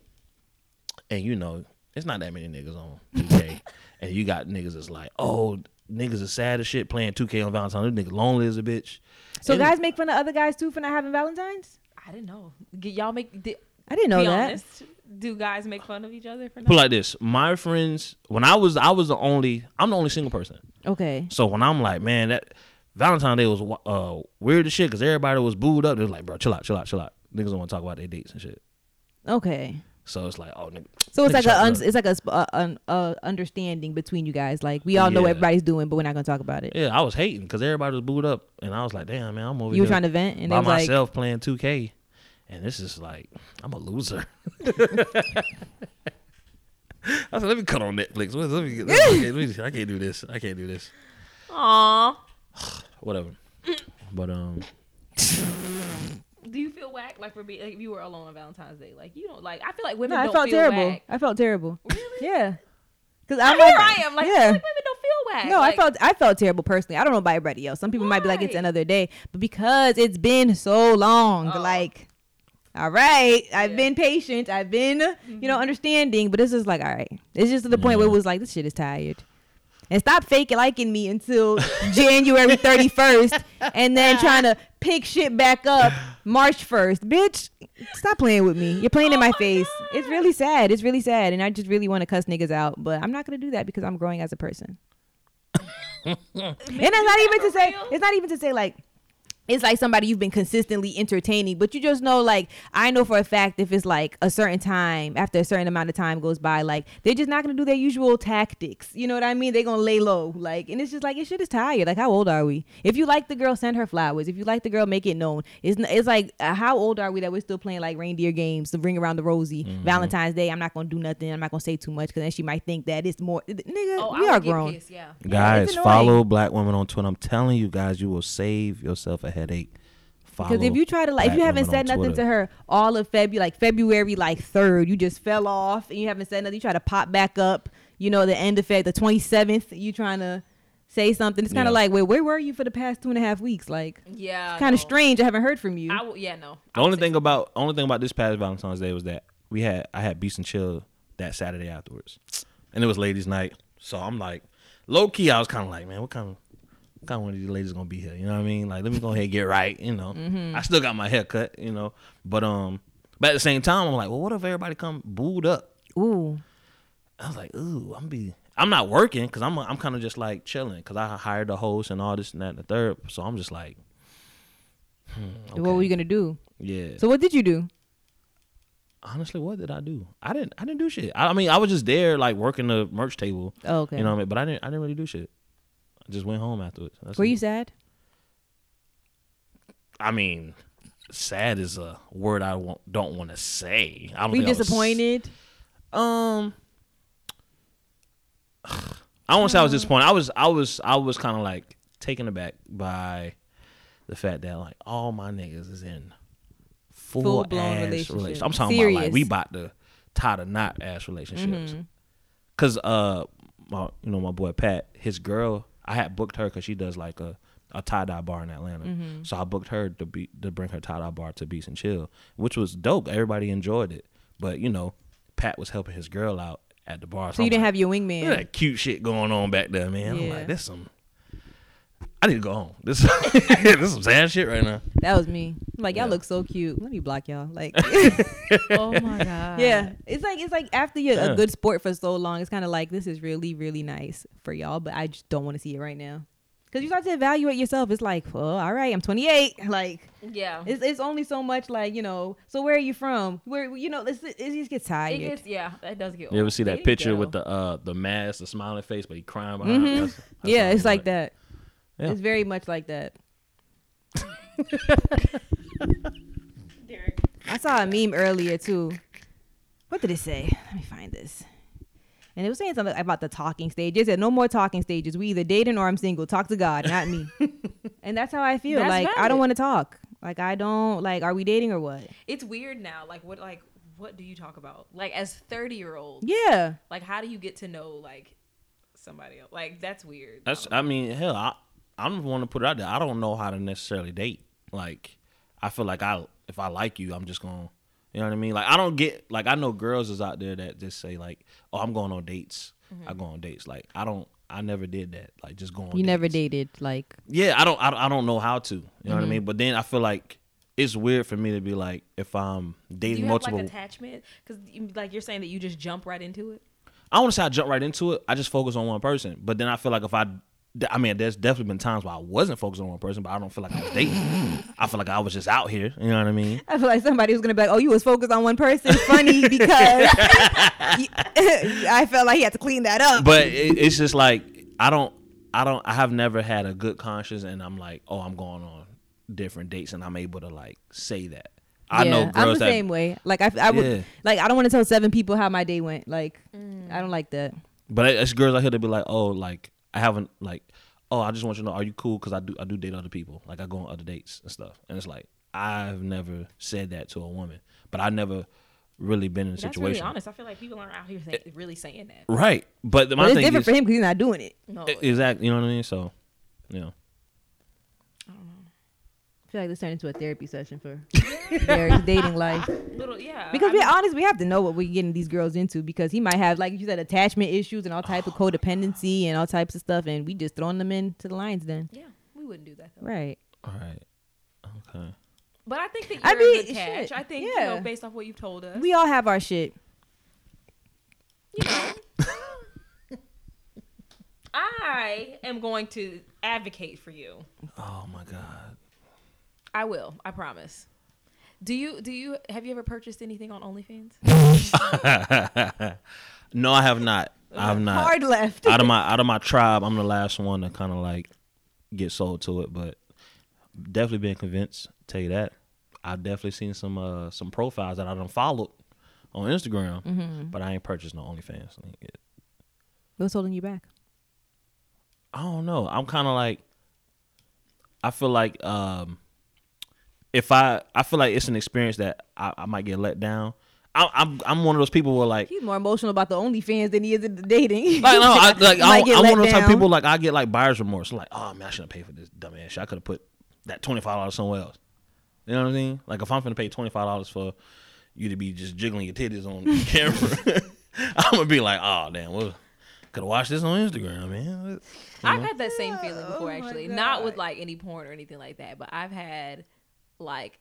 and you know it's not that many niggas on [laughs] 2K, and you got niggas that's like, oh, niggas are sad as shit playing 2K on Valentine's. This nigga lonely as a bitch. So And- guys make fun of other guys too for not having Valentine's. I didn't know. Get- Y'all make di- I didn't know be that. honest. Do guys make fun of each other for put it not? like this. My friends, when I was I was the only I'm the only single person. Okay. So when I'm like, man, that Valentine's Day was uh, weird as shit because everybody was booed up. They're like, bro, chill out, chill out, chill out. Niggas don't want to talk about their dates and shit. Okay. So it's like, oh, nigga. So it's nigga like a shot un- up. it's like a, sp- uh, un- uh, understanding between you guys. Like we all know what Yeah. everybody's doing, but we're not gonna talk about it. yeah, I was hating because everybody was booed up, and I was like, damn, man, I'm over you were here trying to vent, and by they was like, myself playing 2K, and this is like, I'm a loser. [laughs] I said, let me cut on Netflix. Let me, let me, let me, I can't do this. I can't do this. Aw. Whatever. But um, Do you feel whack like for being like, if you were alone on Valentine's Day? Like you don't like. I feel like women "No, I don't felt feel terrible. whack. I felt terrible. Really? Yeah, because I'm I'm here like, I am. Like, I feel yeah. like women don't feel whack. No, I Like, felt I felt terrible personally. I don't know about everybody else. Some people might be like it's Why? another day, but because it's been so long, Oh. like, all right, I've Yeah. Mm-hmm. been patient, I've been you know understanding, but it's just like all right. It's just to the point where it was like this shit is tired, and stop fake liking me until January thirty first, and then trying to pick shit back up March first, bitch. Stop playing with me. You're playing in Oh my, my face. God. It's really sad. It's really sad, and I just really want to cuss niggas out, but I'm not gonna do that because I'm growing as a person and it's not even to say it's not even to say like it's like somebody you've been consistently entertaining but you just know like i know for a fact if it's like a certain time after a certain amount of time goes by like they're just not gonna do their usual tactics you know what i mean they're gonna lay low like and it's just like it shit is tired like how old are we if you like the girl send her flowers if you like the girl make it known it's, n- it's like uh, how old are we that we're still playing like reindeer games the ring around the rosy valentine's day i'm not gonna do nothing i'm not gonna say too much because then she might think that it's more nigga Oh, we I are would get grown pissed, yeah. Yeah, it's Guys, annoying. follow black women on Twitter. I'm telling you guys, you will save yourself a headache. Follow Because if you try to like, if you black haven't women said on nothing Twitter. to her all of February, like February like third, you just fell off and you haven't said nothing. You try to pop back up, you know, the end of Feb, the twenty seventh. You trying to say something? It's kind of Yeah. like, wait, where were you for the past two and a half weeks? Like, Yeah. kind no. of strange. I haven't heard from you. I w- yeah no. the only thing about only thing about this past Valentine's Day was that we had I had beats and chill that Saturday afterwards, and it was ladies' night. So I'm like, low key, I was kind of like, man, what kind of what kind of one of these ladies gonna be here? You know what I mean? Like, let me go ahead and get right. You know, I still got my hair cut. You know, but um, but at the same time, I'm like, well, what if everybody come booed up? Ooh, I was like, ooh, I'm be, I'm not working because I'm, I'm kind of just like chilling because I hired a host and all this and that and the third. So I'm just like, what were you gonna do? yeah. So what did you do? Honestly, what did I do? I didn't, I didn't do shit. I, I mean, I was just there like working the merch table. Oh, okay. You know what I mean? But I didn't, I didn't really do shit. I just went home afterwards. That's were it. you sad? I mean, sad is a word I will don't want to say. I don't Were you think I was- disappointed? Um, [sighs] I won't say I Um. was disappointed. I was, I was, I was kind of like taken aback by the fact that like all my niggas is in full Full-blown ass relationship. relationship. I'm talking about Serious. Mm-hmm. like we about to tie the knot ass relationships. Cause uh, my you know my boy Pat, his girl, I had booked her because she does like a a tie dye bar in Atlanta. Mm-hmm. So I booked her to be to bring her tie dye bar to Beats and Chill, which was dope. Everybody enjoyed it, but you know Pat was helping his girl out at the bar. So you I'm didn't like, have your wingman. Look at that cute shit going on back there, man. I'm Yeah. like, this some. I need to go home. This [laughs] this some sad shit right now. That was me. Like y'all Yeah. look so cute. Let me block y'all. [laughs] Like. Oh [laughs] my god. yeah it's like it's like after you're Yeah. a good sport for so long it's kind of like this is really really nice for y'all but i just don't want to see it right now because you start to evaluate yourself it's like well all right i'm 28 [laughs] like Yeah. it's, it's only so much like you know so where are you from where you know it's, it just gets It tired gets, yeah, that does get. You ever old. see There that you picture go. with the uh the mask, the smiling face, but he crying behind? Mhm. That's- that's yeah how it's I like feel that Yeah. it's very much like that Derek. I saw a meme earlier too. What did it say? Let me find this. And it was saying something about the talking stage. It said, "No more talking stages. We either dating or I'm single. Talk to God, not me." and that's how I feel. That's like I valid. don't want to talk. Like I don't like. Are we dating or what? It's weird now. Like what? Like what do you talk about? Like as thirty year old, Yeah, like how do you get to know like somebody else. Like that's weird. That's. I mean, hell, I I'm want to put it out there. I don't know how to necessarily date. Like, I feel like I if I like you, I'm just gonna. You know what I mean? Like I don't get like I know girls is out there that just say like, "Oh, I'm going on dates. Mm-hmm. I go on dates." Like I don't. I never did that. Like just going. You never dated like Yeah, I don't. I, don't- I don't know how to. You know what Mm-hmm. I mean? But then I feel like it's weird for me to be like if I'm Do dating you have multiple. like attachment? Because like you're saying that you just jump right into it. I want to say I jump right into it. I just focus on one person. But then I feel like if I, th- I mean, there's definitely been times where I wasn't focused on one person, but I don't feel like I was dating. I feel like I was just out here. You know what I mean? I feel like somebody was gonna be like, "Oh, you was focused on one person." Funny because [laughs] I felt like he had to clean that up. But it, it's just like I don't, I don't, I have never had a good conscience, and I'm like, oh, I'm going on different dates, and I'm able to like say that. I know Yeah, girls I'm the that same way. Like I, I would Yeah. like I don't want to tell seven people how my day went. Like I don't like that. But it- it's girls out here that be like, oh, like I haven't like, oh, I just want you to know, are you cool? Because I do I do date other people, like I go on other dates and stuff, and it's like I've never said that to a woman, but I never really been in a That's really situation. honest. I feel like people aren't out here think, really saying that. Right, but my But it's thing different is for him because he's not doing it. No, e- exactly, you know what I mean. So, you know, I feel like this turned into a therapy session [laughs] for Derek's dating life little yeah. because I we're mean, honest. We have to know what we're getting these girls into because he might have, like you said, attachment issues and all [sighs] type of codependency and all types of stuff, and we just throwing them into the lines then. yeah, we wouldn't do that. Though. Right. all right, okay. But I think that you're I a mean, good catch. shit, I think you yeah. know based off what you've told us. We all have our shit. you [laughs] know. I am going to advocate for you. Oh my god, I will. I promise. Do you do you have you ever purchased anything on [laughs] OnlyFans? no, I have not. I have not. Hard left. out of my out of my tribe, I'm the last one to kind of like get sold to it, but definitely been convinced. Tell you that. I've definitely seen some uh some profiles that I done followed on Instagram, but I ain't purchased no OnlyFans. link yet. What's holding you back? I don't know. I'm kind of like I feel like um if I I feel like it's an experience that I, I might get let down. I, I'm I'm one of those people where like He's more emotional about the OnlyFans than he is at the [laughs] dating. Like no, I like You I, might don't- get I'm let one of those type of down. people like I get like buyer's remorse. Like, oh man, I shouldn't pay for this dumbass shit. I could have put that twenty five dollars somewhere else. You know what I mean? Like if I'm gonna pay twenty five dollars for you to be just jiggling your titties on [laughs] camera, [laughs] I'm gonna be like, oh damn, well, could have watched this on [laughs] Instagram, man. I've had that same feeling before, Oh my actually. Not with God. like any porn or anything like that, but I've had like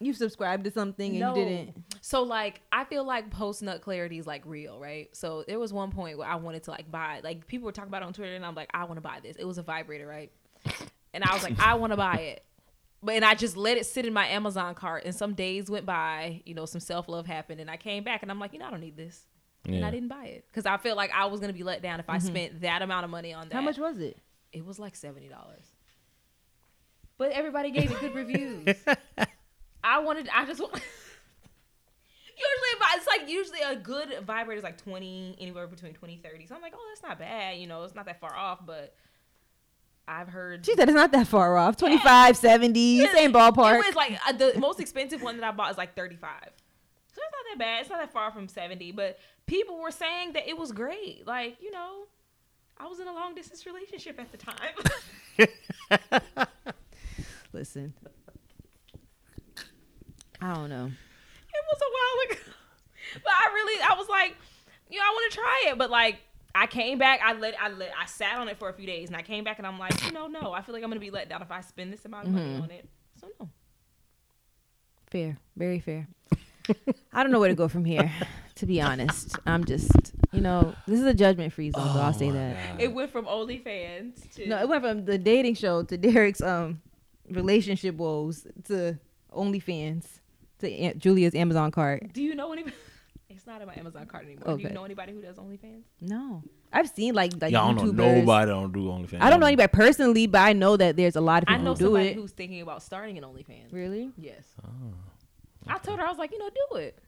you subscribed to something and no. you didn't. So like, I feel like post nut clarity is like real, right? So there was one point where I wanted to like buy, like people were talking about it on Twitter, and I'm like, I want to buy this. It was a vibrator, right? And I was like, I want to buy it. But and I just let it sit in my Amazon cart, and some days went by. You know, some self love happened, and I came back, and I'm like, you know, I don't need this, and Yeah. I didn't buy it because I feel like I was gonna be let down if I spent that amount of money on that. Mm-hmm. How much was it? It was like seventy dollars. But everybody gave it good reviews. I wanted. I just. [laughs] wa- usually, if I- it's like usually a good vibrator is like twenty, anywhere between 20, 30. So I'm like, oh, that's not bad. You know, it's not that far off. But I've heard. She said it's not that far off. 25, 70, same ballpark. It was like uh, the most expensive one that I bought is like thirty five. So it's not that bad. It's not that far from seventy. But people were saying that it was great. Like you know, I was in a long distance relationship at the time. [laughs] Listen. I don't know. It was a while ago. [laughs] But I really I was like, you know, I want to try it. But like I came back, I let I let I sat on it for a few days and I came back and I'm like, you know, no, I feel like I'm gonna be let down if I spend this amount of Mm-hmm. money on it. So no. Fair. Very [laughs] fair. I don't know where to go from here, to be honest. I'm just, you know, this is a judgment free zone, though. I'll say that. It went from OnlyFans to No, it went from the dating show to Derek's um relationship woes to OnlyFans to Aunt Julia's Amazon cart. Do you know anybody [laughs] it's not in my Amazon cart anymore. Do Okay. you know anybody who does OnlyFans? No. I've seen like like Y'all YouTubers. don't know nobody that don't do OnlyFans. I don't know anybody personally, but I know that there's a lot of I people know who do somebody it. who's thinking about starting an OnlyFans. Really? Yes. I told her I was like, you know, do it.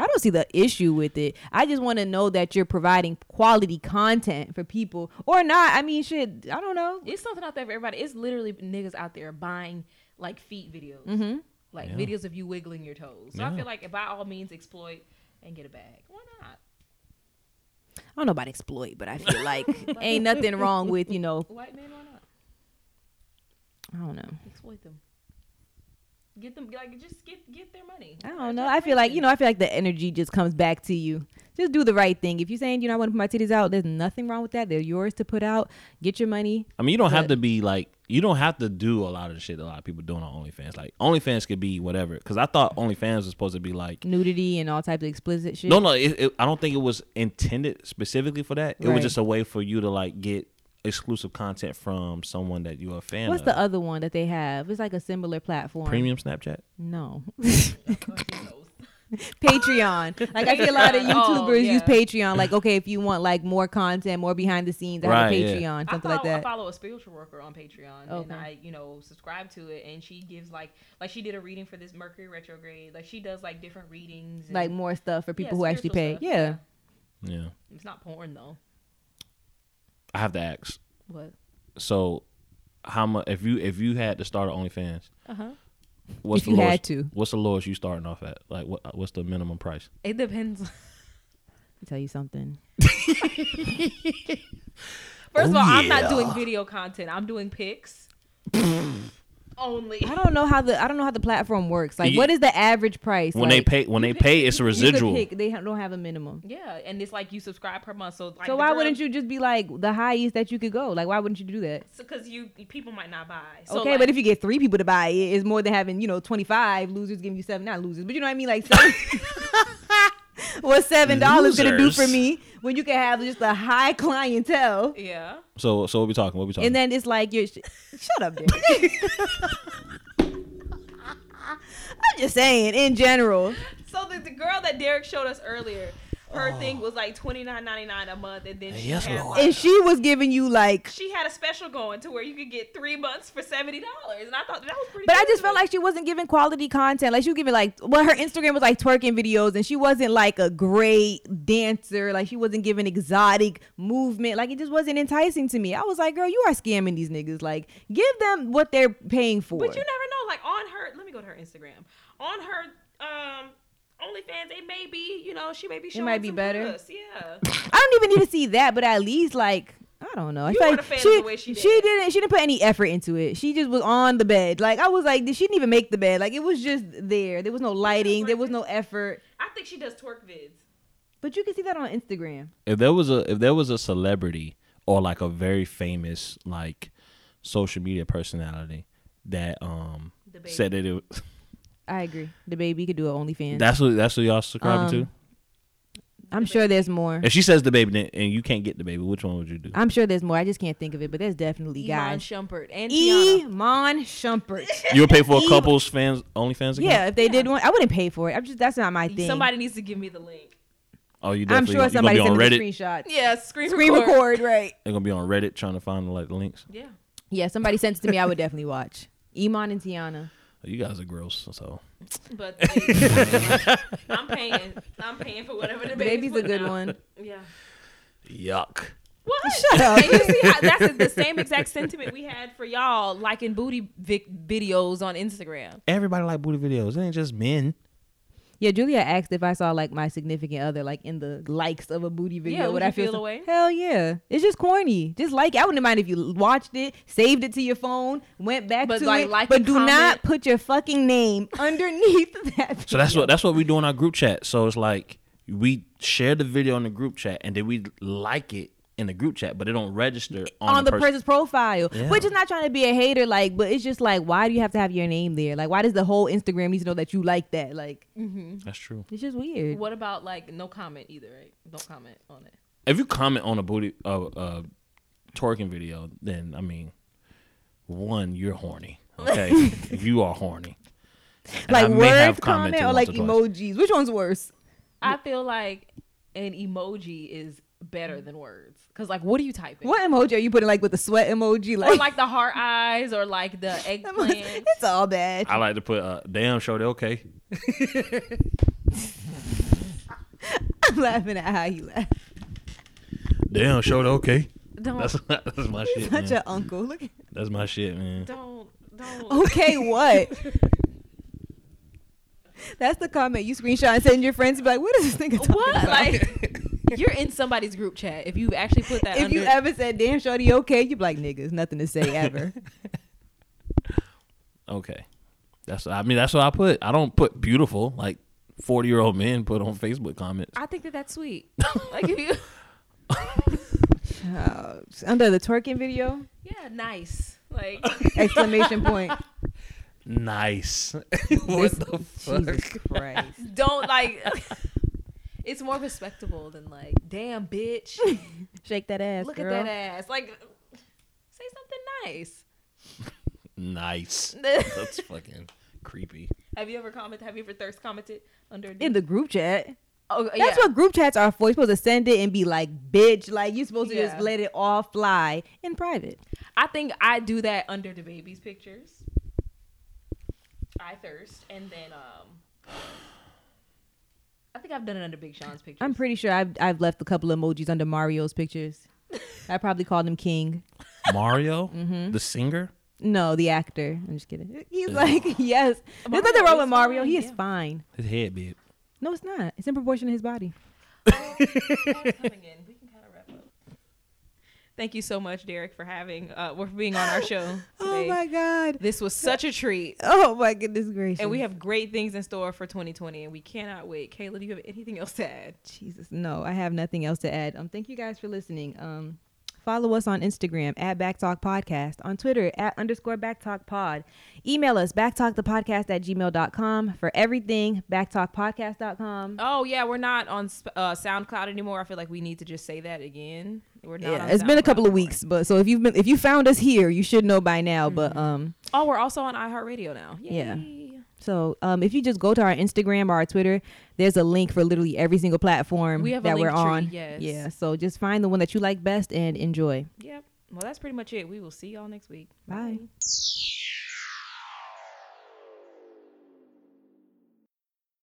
I don't see the issue with it. I just want to know that you're providing quality content for people or not. I mean, shit, I don't know. It's something out there for everybody. It's literally niggas out there buying like feet videos. Mhm. Like Yeah. videos of you wiggling your toes. So I Yeah. feel like by all means exploit and get a bag. Why not? I don't know about exploit, but I feel like ain't nothing wrong with you know. White man, why not I don't know. exploit them? Get them like just get get their money. I don't know. I feel like you know. I feel like the energy just comes back to you. Just do the right thing. If you're saying you know I want to put my titties out, there's nothing wrong with that. They're yours to put out. Get your money. I mean, you don't have But- to be like you don't have to do a lot of the shit that a lot of people doing on OnlyFans. Like OnlyFans could be whatever. Because I thought OnlyFans was supposed to be like Nudity and all types of explicit shit. no, no. It, it, I don't think it was intended specifically for that. It Right. was just a way for you to like get exclusive content from someone that you're a fan What's of. the other one that they have? It's like a similar platform. Premium Snapchat. No. [laughs] Patreon. Like I see a lot of Patreon. [laughs] Oh, YouTubers use yeah. Patreon. Like okay, if you want like more content, more behind the scenes, I have a Right, yeah. Patreon, I something follow, like that. I follow a spiritual worker on Patreon, Okay. and I, you know, subscribe to it, and she gives like, like she did a reading for this Mercury retrograde. Like she does like different readings, and, like more stuff for yeah, people who actually spiritual pay. stuff. Yeah. Yeah, it's not porn though. I have to ask. What? So, how much if you if you had to start an OnlyFans? Uh huh. Uh-huh. What's If the you had lowest, to. What's the lowest you starting off at? Like what what's the minimum price? It depends. Let me tell you something. First of Oh, all, I'm yeah. not doing video content. I'm doing [laughs] pics only. I don't know how the I don't know how the platform works. Like, You- what is the average price? like, When they pay when they pick- pay, it's a you could residual. pick- they ha- don't have a minimum. Yeah, and it's like you subscribe per month. So like, so why wouldn't you just be like the highest that you could go? Like, why wouldn't you do that? Because you people might not buy. So okay, like, but if you get three people to buy it, it's more than having you know twenty five losers giving you seven. Not losers, but you know what [laughs] I mean. Like, seven, [laughs] what seven dollars gonna do for Losers. me when you can have just a high clientele? yeah, So so what we talking? What we talking? And then it's like you're sh- shut up, [laughs] Derek. I'm just saying in general. so the, the girl that Derek showed us earlier, her thing was like twenty nine ninety nine a month, and then she Oh. Yes, had, Lord. And she was giving you like she had a special going to where you could get three months for seventy dollars, and I thought that was pretty. but I good. just felt like she wasn't giving quality content. Like she was giving like well, her Instagram was like twerking videos and she wasn't like a great dancer. Like she wasn't giving exotic movement. Like it just wasn't enticing to me. I was like, girl, you are scamming these niggas. Like give them what they're paying for. But you never know. Like on her, let me go to her Instagram. On her um OnlyFans, it may be you know she may be showing might be some better. puss. Yeah, I don't even need to see that, but at least like I don't know. I You feel weren't like a fan of she, the way she did it. not she didn't put any effort into it. She just was on the bed. Like I was like she didn't even make the bed. Like it was just there. There was no lighting. There was no effort. I think she does twerk vids. But you can see that on Instagram. if there was a if there was a celebrity or like a very famous like social media personality that um The baby. said that it was- I agree. The baby could do an OnlyFans. that's what that's what y'all subscribing Um, I'm sure there's more. to. If she says the baby then- and you can't get the baby, which one would you do? I'm sure there's more. I just can't think of it, but there's definitely guys. Shumpert and Iman Shumpert. You would pay for a Eve- couple's fans OnlyFans [laughs] account? yeah, if they did one, I wouldn't pay for it. I'm just that's not my thing. Somebody needs to give me the link. Oh, you I'm definitely sure you gonna somebody be on sent me a Reddit. screenshot. Yeah, screen, [laughs] Screen record, right? They're gonna be on Reddit trying to find like the links. Yeah. Yeah, somebody sent it to me. I would definitely watch. Iman and Tiana. Oh, You guys are gross. So [laughs] But they- I'm paying. I'm paying for whatever the baby's Baby's a putting good [laughs] out. one. [laughs] Yeah. yuck. What? Shut up. [laughs] And you see how that's [laughs] the same exact sentiment we had for y'all liking booty vic- videos on Instagram. Everybody like booty videos. It ain't just men. Yeah, Julia asked if I saw like my significant other like in the likes of a booty video. Yeah, would would you I feel, feel some- away? Hell yeah! It's just corny. Just like I wouldn't mind if you watched it, saved it to your phone, went back But, to like, it, like but and do comment. not put your fucking name [laughs] underneath that. So that's what that's what we do in our group chat. So it's like we share the video in the group chat and then we like it in the group chat, but it don't register on, on, the, person. person's profile, Yeah. which is not trying to be a hater, like, but it's just like, why do you have to have your name there? Like, why does the whole Instagram need to know that you like that? Like, Mm. That's true. it's just weird. What about like no comment either? Right? Don't comment on it. If you comment on a booty uh, uh twerking video, then I mean, one, you're horny. Okay, [laughs] you are horny. And I Like may have words, commented comment, or once like or twice. emojis. Which one's worse? I feel like an emoji is better than words. Cause like, what are you typing? What emoji are you putting? Like with the sweat emoji, Or like the heart eyes, or [laughs] like the [laughs] eggplant. it's all bad. I like to put uh, damn sure they okay. [laughs] I'm laughing at how you laugh. Damn sure they okay. Don't, That's [laughs] that's my shit, Oh. Such man. an uncle. Look at [laughs] That's my shit, man. don't, don't. Okay, what? [laughs] That's the comment you screenshot and send your friends. Be like, what is this nigga talking What? about? Like, [laughs] You're in somebody's group chat if you actually put that. [laughs] if under, you ever said, "Damn, shorty, okay," you'd be like, "Niggas, nothing to say [laughs] ever." Okay, that's I mean that's what I put. I don't put beautiful like forty year old men put on Facebook comments. I think that that's [laughs] sweet. like if you, Uh, under the twerking video, yeah, nice. Like exclamation point. Nice. This- [laughs] what the [laughs] fuck? Jesus [laughs] Christ. don't like. [laughs] It's more respectable than like, damn [laughs] bitch, Shake that ass. look girl. at that ass. Like, say [laughs] something Nice. nice. That's fucking creepy. Have you ever commented? Have you ever thirst commented under? A In the group chat. oh, That's what group chats are for. You're supposed to send it and be like, bitch. Like, you're supposed to just Yeah. let it all fly in private. I think I do that under the baby's pictures. I thirst, and then um, I think I've done it under Big Sean's pictures. I'm pretty sure I've, I've left a couple emojis under Mario's pictures. I probably called him King. Mario, the singer. No, the actor. I'm just kidding. He's like, [laughs] yes. Mario There's nothing wrong is with Mario. fine, He is yeah. fine. His head big. No, it's not. It's in proportion to his body. coming in. We can kind of wrap up. Thank you so much, Derek, for having uh, for being on our show [laughs] Oh today. my God. this was such a treat, Oh my goodness gracious. and we have great things in store for 2020, and we cannot wait. Kayla, do you have anything else to add? Jesus, no, I have nothing else to add. Um, thank you guys for listening. Um, follow us on Instagram at Backtalk Podcast, on Twitter at underscore Backtalk Pod. Email us backtalkthepodcast at gmail.com for everything, backtalkpodcast.com. Oh yeah, we're not on Sp- uh, SoundCloud anymore. I feel like we need to just say that again. We're not. Yeah, on it's been a SoundCloud couple of anymore. weeks, but so if you've been if you found us here, you should know by now. But um, Oh, we're also on iHeartRadio now. Yeah. Yay. so um, if you just go to our Instagram or our Twitter, there's a link for literally every single platform We have a that we're link tree, on. yes. Yeah, so just find the one that you like best and enjoy. Yep. Well, that's pretty much it. We will see y'all next week. Bye.